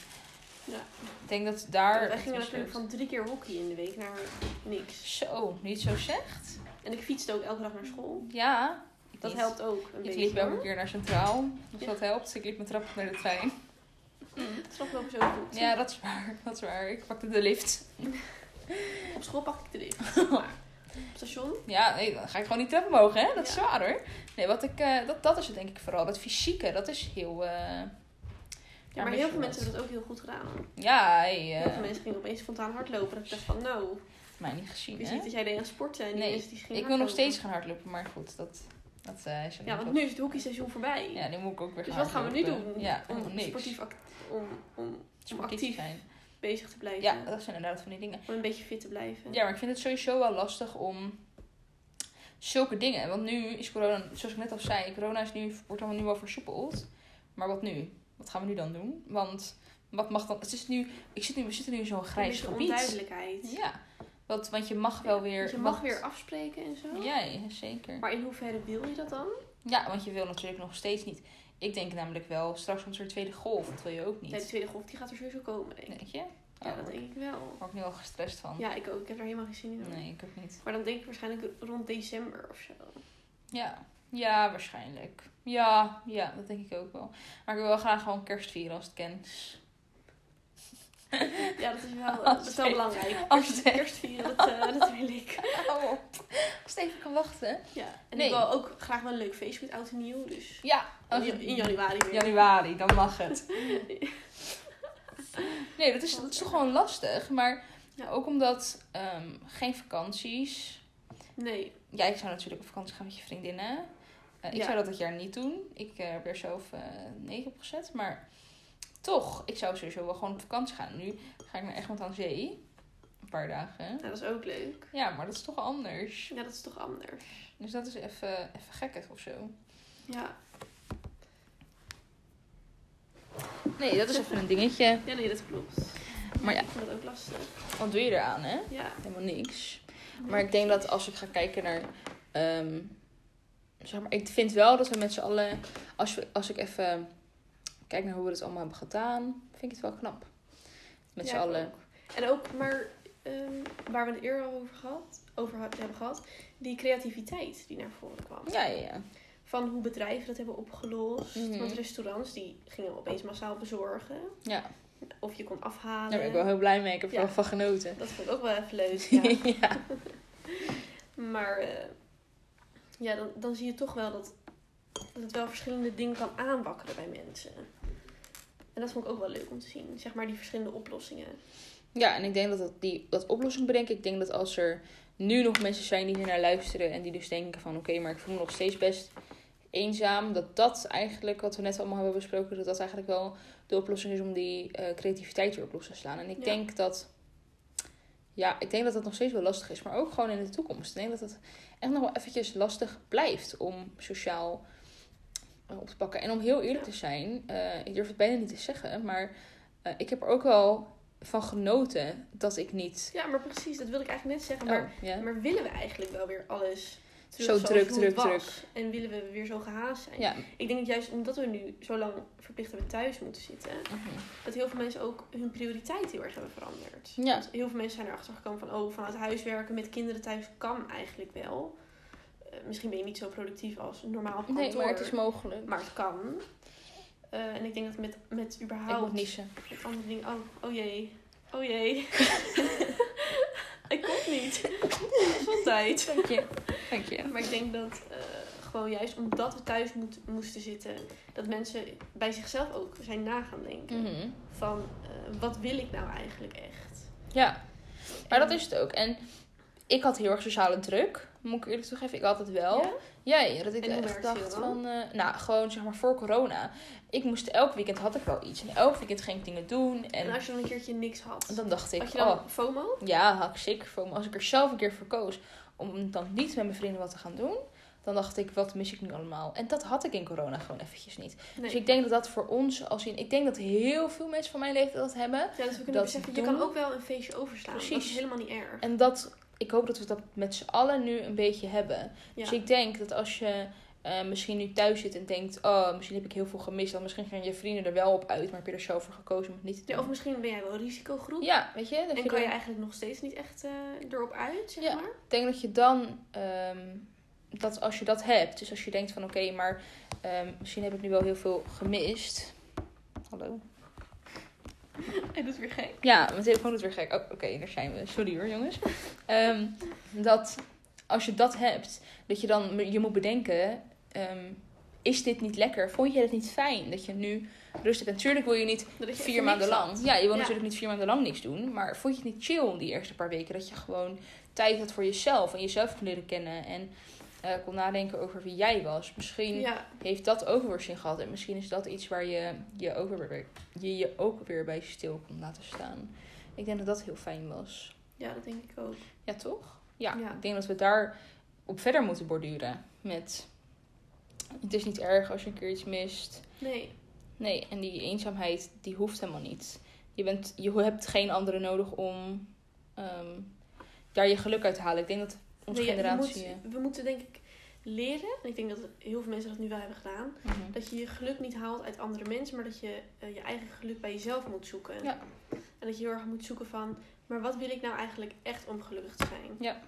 [SPEAKER 2] Ja.
[SPEAKER 1] Ik denk dat daar...
[SPEAKER 2] Wij
[SPEAKER 1] echt
[SPEAKER 2] gingen
[SPEAKER 1] mis
[SPEAKER 2] natuurlijk
[SPEAKER 1] loopt.
[SPEAKER 2] van drie keer hockey in de week naar niks.
[SPEAKER 1] Zo, niet zo zegt.
[SPEAKER 2] En ik fietste ook elke dag naar school.
[SPEAKER 1] Ja. ik
[SPEAKER 2] Dat
[SPEAKER 1] niet.
[SPEAKER 2] helpt ook een
[SPEAKER 1] Ik
[SPEAKER 2] beetje.
[SPEAKER 1] liep elke
[SPEAKER 2] hoor.
[SPEAKER 1] keer naar Centraal. Dus
[SPEAKER 2] Ja.
[SPEAKER 1] dat helpt. Ik liep mijn trap op naar de trein.
[SPEAKER 2] Dat snap ik ook zo goed.
[SPEAKER 1] Mm. Ja, dat is waar. Dat is waar. Ik pakte de lift.
[SPEAKER 2] Op school pak ik de lift. Maar op station?
[SPEAKER 1] Ja, nee, dan ga ik gewoon niet trap omhoog, hè? Dat is
[SPEAKER 2] Ja.
[SPEAKER 1] zwaar hoor. Nee, wat ik, eh, dat, dat is het denk ik vooral. Dat fysieke, dat is heel. eh,
[SPEAKER 2] Ja, maar
[SPEAKER 1] weet
[SPEAKER 2] heel
[SPEAKER 1] je
[SPEAKER 2] veel
[SPEAKER 1] wat?
[SPEAKER 2] mensen hebben dat ook heel goed gedaan.
[SPEAKER 1] Ja, hij, eh,
[SPEAKER 2] Heel veel mensen gingen opeens spontaan hardlopen. En ik dacht van, nou,
[SPEAKER 1] mij niet gezien.
[SPEAKER 2] wist
[SPEAKER 1] Hè?
[SPEAKER 2] niet dat jij deed aan sporten. En die
[SPEAKER 1] Nee,
[SPEAKER 2] mensen die gingen
[SPEAKER 1] Ik wil nog
[SPEAKER 2] hardlopen.
[SPEAKER 1] steeds gaan hardlopen, maar goed, dat, dat eh, is er niet
[SPEAKER 2] Ja, want
[SPEAKER 1] op.
[SPEAKER 2] nu is het hockeyseizoen voorbij.
[SPEAKER 1] Ja, nu moet ik ook weer
[SPEAKER 2] dus
[SPEAKER 1] gaan
[SPEAKER 2] wat gaan we nu
[SPEAKER 1] hardlopen.
[SPEAKER 2] doen?
[SPEAKER 1] Ja,
[SPEAKER 2] om
[SPEAKER 1] niks.
[SPEAKER 2] sportief act- om, om
[SPEAKER 1] Sportief
[SPEAKER 2] actief.
[SPEAKER 1] zijn.
[SPEAKER 2] bezig te blijven.
[SPEAKER 1] Ja, dat zijn inderdaad van die dingen.
[SPEAKER 2] Om een beetje fit te blijven.
[SPEAKER 1] Ja, maar ik vind het sowieso wel lastig om zulke dingen. Want nu is corona, zoals ik net al zei, corona is nu, wordt allemaal nu wel versoepeld. Maar wat nu? Wat gaan we nu dan doen? Want wat mag dan. Het is nu, ik zit nu, we zitten nu in zo'n
[SPEAKER 2] Een
[SPEAKER 1] grijs
[SPEAKER 2] beetje
[SPEAKER 1] gebied.
[SPEAKER 2] onduidelijkheid.
[SPEAKER 1] Ja, want, want je mag wel weer.
[SPEAKER 2] Want Dus je mag
[SPEAKER 1] want-
[SPEAKER 2] weer afspreken en zo.
[SPEAKER 1] Ja, ja, zeker.
[SPEAKER 2] Maar in hoeverre wil je dat dan?
[SPEAKER 1] Ja, want je wil natuurlijk nog steeds niet. Ik denk namelijk wel, straks komt er een tweede golf. Dat wil je ook
[SPEAKER 2] Ja, de
[SPEAKER 1] niet.
[SPEAKER 2] tweede golf die gaat er sowieso komen, denk ik.
[SPEAKER 1] Denk je? Oh,
[SPEAKER 2] Ja, dat denk ik wel.
[SPEAKER 1] Daar word ik nu al gestrest van.
[SPEAKER 2] Ja, ik ook. Ik heb er helemaal geen zin in.
[SPEAKER 1] Nee, ik ook niet.
[SPEAKER 2] Maar dan denk ik waarschijnlijk rond december of zo.
[SPEAKER 1] Ja. Ja, waarschijnlijk. Ja, ja, dat denk ik ook wel. Maar ik wil wel graag gewoon kerst vieren als het kan.
[SPEAKER 2] Ja, dat is wel,
[SPEAKER 1] Als
[SPEAKER 2] dat is wel
[SPEAKER 1] ik-
[SPEAKER 2] belangrijk.
[SPEAKER 1] als
[SPEAKER 2] Kerst,
[SPEAKER 1] ik-
[SPEAKER 2] kerstvieren, dat, eh, dat wil ik.
[SPEAKER 1] Hou op. Als het even kan wachten.
[SPEAKER 2] Ja. En
[SPEAKER 1] Nee. Oh,
[SPEAKER 2] ik wil ook graag wel een leuk feest met oud en nieuw. Dus
[SPEAKER 1] Ja. Als
[SPEAKER 2] in, in januari weer.
[SPEAKER 1] Januari, dan mag het. Nee, dat is, dat is toch gewoon lastig. Maar
[SPEAKER 2] Ja.
[SPEAKER 1] ook omdat ehm, geen vakanties.
[SPEAKER 2] Nee.
[SPEAKER 1] Ja, ik zou natuurlijk op vakantie gaan met je vriendinnen. Eh, ik
[SPEAKER 2] Ja.
[SPEAKER 1] zou dat dit jaar niet doen. Ik eh, heb er zelf eh 9 op gezet. Maar toch, ik zou sowieso wel gewoon op vakantie gaan. Nu ga ik naar Egmond aan Zee. Een paar dagen.
[SPEAKER 2] Nou, dat is ook leuk.
[SPEAKER 1] Ja, maar dat is toch anders.
[SPEAKER 2] Ja, dat is toch anders.
[SPEAKER 1] Dus dat is even, even gekkig of zo.
[SPEAKER 2] Ja.
[SPEAKER 1] Nee, dat is even een dingetje.
[SPEAKER 2] Ja, nee, dat klopt.
[SPEAKER 1] Maar ja,
[SPEAKER 2] Ik vind dat ook lastig.
[SPEAKER 1] wat doe je eraan, hè?
[SPEAKER 2] Ja.
[SPEAKER 1] Helemaal niks. Maar ik denk dat als ik ga kijken naar. ehm, zeg maar, ik vind wel dat we met z'n allen. Als, we, als ik even kijk naar hoe we het allemaal hebben gedaan, vind ik het wel knap. Met
[SPEAKER 2] Ja,
[SPEAKER 1] z'n
[SPEAKER 2] ik
[SPEAKER 1] allen.
[SPEAKER 2] ook. En ook, maar ehm, waar we het eerder al over, gehad, over had- hebben gehad, die creativiteit die naar voren kwam.
[SPEAKER 1] Ja, ja, ja.
[SPEAKER 2] van hoe bedrijven dat hebben opgelost.
[SPEAKER 1] Mhm.
[SPEAKER 2] Want restaurants die gingen opeens massaal bezorgen.
[SPEAKER 1] Ja,
[SPEAKER 2] Of je kon
[SPEAKER 1] daar
[SPEAKER 2] afhalen.
[SPEAKER 1] ben ik wel heel blij mee. Ik heb er
[SPEAKER 2] Ja.
[SPEAKER 1] wel van genoten.
[SPEAKER 2] Dat vond ik ook wel even leuk.
[SPEAKER 1] Ja.
[SPEAKER 2] Ja. maar eh, ja, dan, dan zie je toch wel dat, dat het wel verschillende dingen kan aanwakkeren bij mensen. En dat vond ik ook wel leuk om te zien. Zeg maar die verschillende oplossingen.
[SPEAKER 1] Ja, en ik denk dat dat, die, dat oplossing bedenken. Ik denk dat als er nu nog mensen zijn die hier naar luisteren en die dus denken van oké, maar ik voel me nog steeds best eenzaam. Dat dat eigenlijk, wat we net allemaal hebben besproken, dat dat eigenlijk wel de oplossing is om die eh, creativiteit weer op los te slaan. En ik
[SPEAKER 2] Ja.
[SPEAKER 1] denk dat. Ja, ik denk dat dat nog steeds wel lastig is, maar ook gewoon in de toekomst. Ik denk dat het echt nog wel eventjes lastig blijft om sociaal eh, op te pakken. En om heel eerlijk te zijn, eh, ik durf het bijna niet te zeggen, maar eh, ik heb er ook wel van genoten dat ik niet.
[SPEAKER 2] Ja, maar precies, dat wilde ik eigenlijk net zeggen. Maar,
[SPEAKER 1] Oh, ja.
[SPEAKER 2] Eh, maar willen we eigenlijk wel weer alles terug
[SPEAKER 1] Zo
[SPEAKER 2] zoals
[SPEAKER 1] druk,
[SPEAKER 2] hoe
[SPEAKER 1] druk,
[SPEAKER 2] het was? En willen we weer zo gehaast zijn?
[SPEAKER 1] Ja.
[SPEAKER 2] Ik denk dat juist omdat we nu zo lang verplicht hebben thuis moeten zitten,
[SPEAKER 1] Mhm.
[SPEAKER 2] dat heel veel mensen ook hun prioriteit heel erg hebben veranderd.
[SPEAKER 1] Ja.
[SPEAKER 2] Want heel veel mensen zijn erachter gekomen van, oh, vanuit huis werken met kinderen thuis kan eigenlijk wel. Eh, misschien ben je niet zo productief als normaal op kantoor.
[SPEAKER 1] Nee, maar het is mogelijk.
[SPEAKER 2] maar het kan. Eh, en ik denk dat met, met
[SPEAKER 1] Ik
[SPEAKER 2] überhaupt
[SPEAKER 1] moet niezen.
[SPEAKER 2] met andere dingen, oh, oh jee, oh jee. ik kom niet. Gezondheid.
[SPEAKER 1] Dank je. Dank je.
[SPEAKER 2] Maar ik denk dat eh, gewoon juist omdat we thuis moet- moesten zitten, dat mensen bij zichzelf ook zijn na gaan denken.
[SPEAKER 1] Mhm.
[SPEAKER 2] Van eh, wat wil ik nou eigenlijk echt?
[SPEAKER 1] Ja, maar dat
[SPEAKER 2] En-
[SPEAKER 1] is het ook. En ik had heel erg sociale druk, moet ik eerlijk toegeven. Ik had het wel.
[SPEAKER 2] Ja?
[SPEAKER 1] Ja, ja, dat ik
[SPEAKER 2] En hoe
[SPEAKER 1] echt
[SPEAKER 2] merkte je
[SPEAKER 1] dacht
[SPEAKER 2] dat
[SPEAKER 1] van... eh, nou, gewoon zeg maar voor corona. Ik moest elk weekend had ik wel iets. En elk weekend ging ik dingen doen.
[SPEAKER 2] En,
[SPEAKER 1] En,
[SPEAKER 2] als je dan een keertje niks had,
[SPEAKER 1] dan dacht ik...
[SPEAKER 2] had je dan
[SPEAKER 1] oh,
[SPEAKER 2] FOMO?
[SPEAKER 1] ja, had ik zeker voor me. Als ik er zelf een keer voor koos om dan niet met mijn vrienden wat te gaan doen... Dan dacht ik, wat mis ik nu allemaal? En dat had ik in corona gewoon eventjes niet.
[SPEAKER 2] Nee.
[SPEAKER 1] Dus ik denk dat dat voor ons, als in... Ik denk dat heel veel mensen van mijn leeftijd dat hebben.
[SPEAKER 2] ja, dus we kunnen
[SPEAKER 1] dat
[SPEAKER 2] beseffen, je
[SPEAKER 1] doen.
[SPEAKER 2] kan ook wel een feestje overslaan. Dat
[SPEAKER 1] Precies.
[SPEAKER 2] is helemaal niet erg.
[SPEAKER 1] En dat, ik hoop dat we dat met z'n allen nu een beetje hebben.
[SPEAKER 2] Ja.
[SPEAKER 1] Dus ik denk dat als je eh, misschien nu thuis zit en denkt, oh, misschien heb ik heel veel gemist. Dan misschien gaan je vrienden er wel op uit, maar heb je er zelf voor gekozen om het niet te
[SPEAKER 2] Ja, of
[SPEAKER 1] doen.
[SPEAKER 2] misschien ben jij wel risicogroep.
[SPEAKER 1] Ja, weet je? Dat
[SPEAKER 2] en
[SPEAKER 1] je
[SPEAKER 2] kan je
[SPEAKER 1] dan-
[SPEAKER 2] eigenlijk nog steeds niet echt eh, erop uit, zeg
[SPEAKER 1] Ja.
[SPEAKER 2] maar.
[SPEAKER 1] Ik denk dat je dan, ehm, dat als je dat hebt, dus als je denkt van oké, maar ehm, misschien heb ik nu wel heel veel gemist. Hallo.
[SPEAKER 2] Hij doet weer gek.
[SPEAKER 1] Ja, mijn telefoon doet weer gek. Oh, oké, daar zijn we. Sorry hoor, jongens. Ehm, dat als je dat hebt, dat je dan m- je moet bedenken: ehm, is dit niet lekker? Vond je het niet fijn dat je nu rustig bent? Natuurlijk wil je niet
[SPEAKER 2] Dat je
[SPEAKER 1] vier
[SPEAKER 2] even
[SPEAKER 1] maanden
[SPEAKER 2] niks
[SPEAKER 1] lang.
[SPEAKER 2] had.
[SPEAKER 1] Ja, je wil
[SPEAKER 2] Ja.
[SPEAKER 1] natuurlijk niet vier maanden lang niks doen. Maar vond je het niet chill die eerste paar weken? Dat je gewoon tijd had voor jezelf en jezelf kon leren kennen en eh, kon nadenken over wie jij was. Misschien
[SPEAKER 2] Ja,
[SPEAKER 1] heeft dat ook weer zin gehad. En misschien is dat iets waar je je ook weer, je, je ook weer bij stil kon laten staan. Ik denk dat dat heel fijn was.
[SPEAKER 2] ja, dat denk ik ook.
[SPEAKER 1] Ja, toch? Ja,
[SPEAKER 2] Ja.
[SPEAKER 1] ik denk dat we daar op verder moeten borduren. Met, het is niet erg als je een keer iets mist.
[SPEAKER 2] Nee,
[SPEAKER 1] Nee, en die eenzaamheid, die hoeft helemaal niet. Je, bent, je hebt geen anderen nodig om ehm, daar je geluk uit te halen. Ik denk dat onze
[SPEAKER 2] nee, ja, je
[SPEAKER 1] generatie...
[SPEAKER 2] moet- we moeten denk ik leren, en ik denk dat heel veel mensen dat nu wel hebben gedaan,
[SPEAKER 1] Mhm.
[SPEAKER 2] dat je je geluk niet haalt uit andere mensen, maar dat je eh, je eigen geluk bij jezelf moet zoeken.
[SPEAKER 1] Ja.
[SPEAKER 2] En dat je heel erg moet zoeken van, maar wat wil ik nou eigenlijk echt om gelukkig te zijn?
[SPEAKER 1] Ja.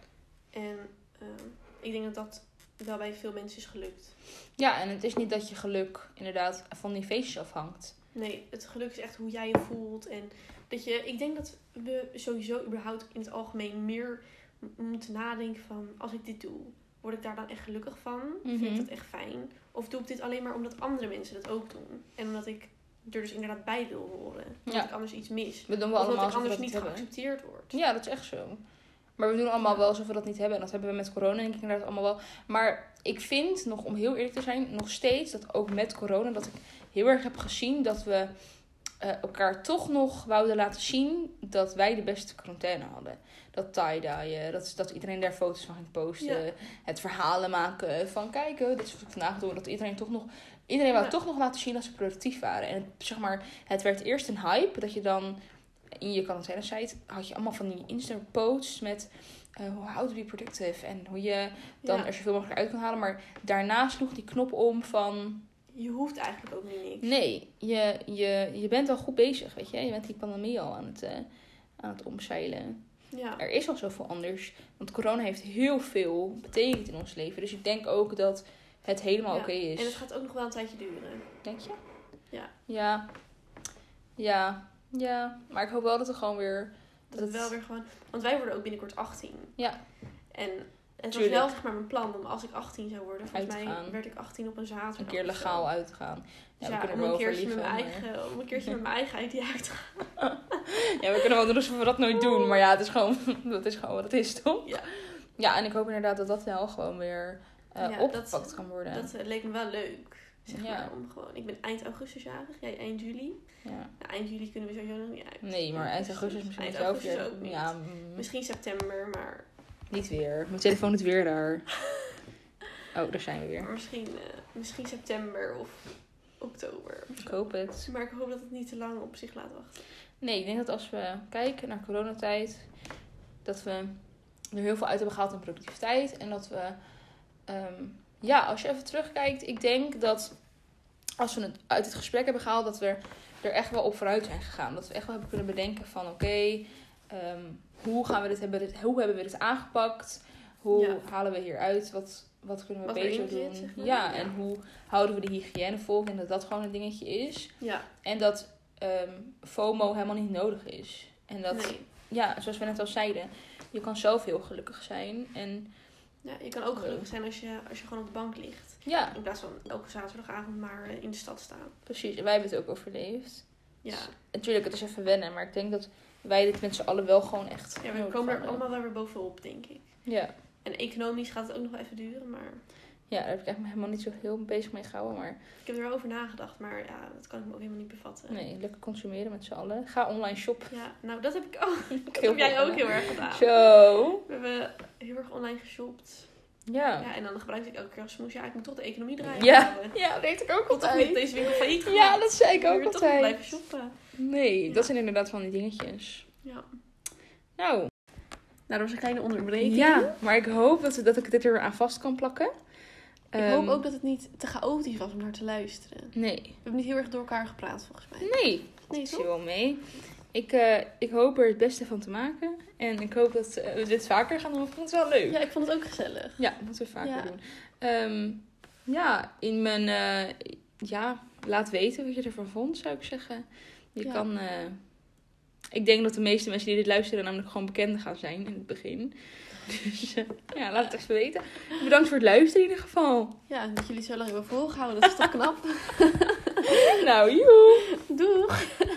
[SPEAKER 2] En ehm, ik denk dat dat wel bij veel mensen is gelukt.
[SPEAKER 1] Ja, en het is niet dat je geluk inderdaad van die feestjes afhangt.
[SPEAKER 2] Nee, het geluk is echt hoe jij je voelt. En dat je, ik denk dat we sowieso überhaupt in het algemeen meer m- moeten nadenken van, als ik dit doe, word ik daar dan echt gelukkig van? Vind
[SPEAKER 1] Mhm.
[SPEAKER 2] ik dat echt fijn? Of doe ik dit alleen maar omdat andere mensen dat ook doen? En omdat ik er dus inderdaad bij wil horen. Omdat
[SPEAKER 1] Ja.
[SPEAKER 2] ik anders iets mis.
[SPEAKER 1] We doen wel
[SPEAKER 2] Of
[SPEAKER 1] allemaal
[SPEAKER 2] dat ik
[SPEAKER 1] alsof we
[SPEAKER 2] anders
[SPEAKER 1] dat niet
[SPEAKER 2] niet
[SPEAKER 1] hebben.
[SPEAKER 2] geaccepteerd word.
[SPEAKER 1] Ja, dat is echt zo. Maar we doen allemaal
[SPEAKER 2] Ja.
[SPEAKER 1] wel alsof we dat niet hebben. En dat hebben we met corona denk ik inderdaad allemaal wel. Maar ik vind, nog om heel eerlijk te zijn, nog steeds dat ook met corona... dat ik heel erg heb gezien dat we eh, elkaar toch nog wouden laten zien... dat wij de beste quarantaine hadden. Dat tie-dyeën, dat, dat iedereen daar foto's van ging posten.
[SPEAKER 2] Ja.
[SPEAKER 1] Het verhalen maken van kijken, dit is wat ik vandaag doe. Dat iedereen toch nog... Iedereen wou
[SPEAKER 2] Ja.
[SPEAKER 1] toch nog laten zien dat ze productief waren. En het, zeg maar, het werd eerst een hype dat je dan in je quarantaine site had je allemaal van die instant posts met eh, hoe how to be productive en hoe je dan
[SPEAKER 2] Ja.
[SPEAKER 1] er zoveel mogelijk uit kan halen. Maar daarna sloeg die knop om van
[SPEAKER 2] Je hoeft eigenlijk ook niet niks.
[SPEAKER 1] nee, je, je, je bent wel goed bezig, weet je. Je bent die pandemie al aan het, eh, aan het omzeilen.
[SPEAKER 2] Ja.
[SPEAKER 1] Er is al zoveel anders, want corona heeft heel veel betekend in ons leven. Dus ik denk ook dat het helemaal
[SPEAKER 2] Ja.
[SPEAKER 1] oké is.
[SPEAKER 2] En het gaat ook nog wel een tijdje duren.
[SPEAKER 1] Denk je?
[SPEAKER 2] Ja.
[SPEAKER 1] Ja. Ja. Ja. Maar ik hoop wel dat we gewoon weer...
[SPEAKER 2] Dat het wel weer gewoon... Want wij worden ook binnenkort 18.
[SPEAKER 1] Ja.
[SPEAKER 2] En het was
[SPEAKER 1] Tuurlijk.
[SPEAKER 2] wel zeg maar mijn plan om als ik 18 zou worden. Volgens
[SPEAKER 1] Uit te gaan.
[SPEAKER 2] mij werd ik 18 op een zaterdag.
[SPEAKER 1] een keer
[SPEAKER 2] of zo.
[SPEAKER 1] legaal uitgaan. Ja,
[SPEAKER 2] Dus
[SPEAKER 1] we
[SPEAKER 2] ja,
[SPEAKER 1] kunnen
[SPEAKER 2] om
[SPEAKER 1] er
[SPEAKER 2] een
[SPEAKER 1] wel voor
[SPEAKER 2] keertje
[SPEAKER 1] liegen.
[SPEAKER 2] met mijn
[SPEAKER 1] maar-
[SPEAKER 2] eigen, om een keertje met mijn eigen idee uit te gaan.
[SPEAKER 1] Ja, we kunnen wel doen alsof we dat nooit doen. Maar ja, het is gewoon, dat is gewoon wat het is, toch?
[SPEAKER 2] Ja.
[SPEAKER 1] Ja, en ik hoop inderdaad dat dat wel gewoon weer eh,
[SPEAKER 2] Ja, dat-
[SPEAKER 1] opgepakt kan worden.
[SPEAKER 2] Dat eh, leek me wel leuk. Zeg
[SPEAKER 1] Ja.
[SPEAKER 2] maar, om gewoon... Ik ben eind augustus jarig, jij eind juli.
[SPEAKER 1] ja.
[SPEAKER 2] Nou, eind juli kunnen we sowieso nog niet uit.
[SPEAKER 1] Nee, maar eind augustus misschien
[SPEAKER 2] Eind
[SPEAKER 1] wel
[SPEAKER 2] augustus
[SPEAKER 1] weer.
[SPEAKER 2] ook niet.
[SPEAKER 1] Ja, mm,
[SPEAKER 2] Misschien september, maar
[SPEAKER 1] niet weer. Mijn telefoon is weer daar. Oh, daar zijn we weer.
[SPEAKER 2] misschien, eh, misschien september of oktober.
[SPEAKER 1] Ik hoop het.
[SPEAKER 2] Maar ik hoop dat het niet te lang op zich laat wachten.
[SPEAKER 1] Nee, ik denk dat als we kijken naar coronatijd, dat we er heel veel uit hebben gehaald aan productiviteit. En dat we, ehm, ja, als je even terugkijkt, ik denk dat als we het uit het gesprek hebben gehaald, dat we er echt wel op vooruit zijn gegaan. Dat we echt wel hebben kunnen bedenken van, oké, ehm, hoe gaan we dit hebben, dit, hoe hebben we dit aangepakt? Hoe
[SPEAKER 2] Ja.
[SPEAKER 1] halen we hieruit? Wat, wat kunnen we
[SPEAKER 2] Wat
[SPEAKER 1] beter
[SPEAKER 2] erin
[SPEAKER 1] doen?
[SPEAKER 2] zit, zeg maar.
[SPEAKER 1] ja,
[SPEAKER 2] Ja.
[SPEAKER 1] en hoe houden we de hygiëne vol? Ik denk dat dat gewoon een dingetje is.
[SPEAKER 2] Ja,
[SPEAKER 1] En dat ehm, FOMO helemaal niet nodig is. En dat,
[SPEAKER 2] nee.
[SPEAKER 1] ja, zoals we net al zeiden, je kan zelf heel gelukkig zijn. En
[SPEAKER 2] Ja, je kan ook gelukkig zijn als je, als je gewoon op de bank ligt.
[SPEAKER 1] ja,
[SPEAKER 2] In plaats van elke zaterdagavond maar eh, in de stad staan.
[SPEAKER 1] precies. En wij hebben het ook overleefd. Dus,
[SPEAKER 2] Ja,
[SPEAKER 1] Natuurlijk, het is even wennen, maar ik denk dat wij dit met z'n allen wel gewoon echt.
[SPEAKER 2] ja we
[SPEAKER 1] nodig
[SPEAKER 2] komen er
[SPEAKER 1] hadden.
[SPEAKER 2] allemaal wel weer bovenop, denk ik.
[SPEAKER 1] Ja.
[SPEAKER 2] En economisch gaat het ook nog wel even duren, maar
[SPEAKER 1] ja, daar heb ik echt me helemaal niet zo heel bezig mee gehouden. Maar
[SPEAKER 2] ik heb er wel over nagedacht. Maar ja, dat kan ik me ook helemaal niet bevatten.
[SPEAKER 1] nee, lekker consumeren met z'n allen. Ga online shoppen.
[SPEAKER 2] Ja, nou dat heb ik ook. Dat
[SPEAKER 1] Heel
[SPEAKER 2] heb jij
[SPEAKER 1] veel,
[SPEAKER 2] ook
[SPEAKER 1] hè?
[SPEAKER 2] heel erg gedaan.
[SPEAKER 1] Zo.
[SPEAKER 2] We hebben heel erg online geshopt.
[SPEAKER 1] Ja.
[SPEAKER 2] Ja, en dan gebruikte ik elke keer als smoes. Ja, ik moet toch de economie draaien.
[SPEAKER 1] Ja.
[SPEAKER 2] Ik
[SPEAKER 1] Ja, dat deed ik ook
[SPEAKER 2] wil toch niet deze winkel failliet gaan.
[SPEAKER 1] Ja, dat zei ik
[SPEAKER 2] We
[SPEAKER 1] ook
[SPEAKER 2] willen toch nog blijven
[SPEAKER 1] altijd.
[SPEAKER 2] shoppen.
[SPEAKER 1] Nee,
[SPEAKER 2] Ja.
[SPEAKER 1] dat zijn inderdaad van die dingetjes.
[SPEAKER 2] Ja.
[SPEAKER 1] Nou.
[SPEAKER 2] Nou, dat was een kleine onderbreking.
[SPEAKER 1] Ja, maar ik hoop dat, dat ik dit er weer aan vast kan plakken.
[SPEAKER 2] Ik
[SPEAKER 1] Ehm,
[SPEAKER 2] hoop ook dat het niet te chaotisch was om naar te luisteren.
[SPEAKER 1] Nee.
[SPEAKER 2] We hebben niet heel erg door elkaar gepraat, volgens mij.
[SPEAKER 1] Nee,
[SPEAKER 2] Nee,
[SPEAKER 1] ik
[SPEAKER 2] toch?
[SPEAKER 1] zie wel mee. Ik, eh, ik hoop er het beste van te maken. En ik hoop dat eh, we dit vaker gaan doen. want Ik vond het wel leuk.
[SPEAKER 2] Ja, ik vond het ook gezellig.
[SPEAKER 1] Ja, dat moeten we vaker
[SPEAKER 2] Ja.
[SPEAKER 1] doen. Ehm, ja, in mijn... eh, ja, laat weten wat je ervan vond, zou ik zeggen. Je
[SPEAKER 2] Ja.
[SPEAKER 1] kan... eh, ik denk dat de meeste mensen die dit luisteren namelijk gewoon bekenden gaan zijn in het begin. Dus eh, ja, laat het even weten. Bedankt voor het luisteren in ieder geval.
[SPEAKER 2] Ja, dat jullie het zo lang hebben volgehouden, dat is toch knap.
[SPEAKER 1] Nou, joe!
[SPEAKER 2] Doeg!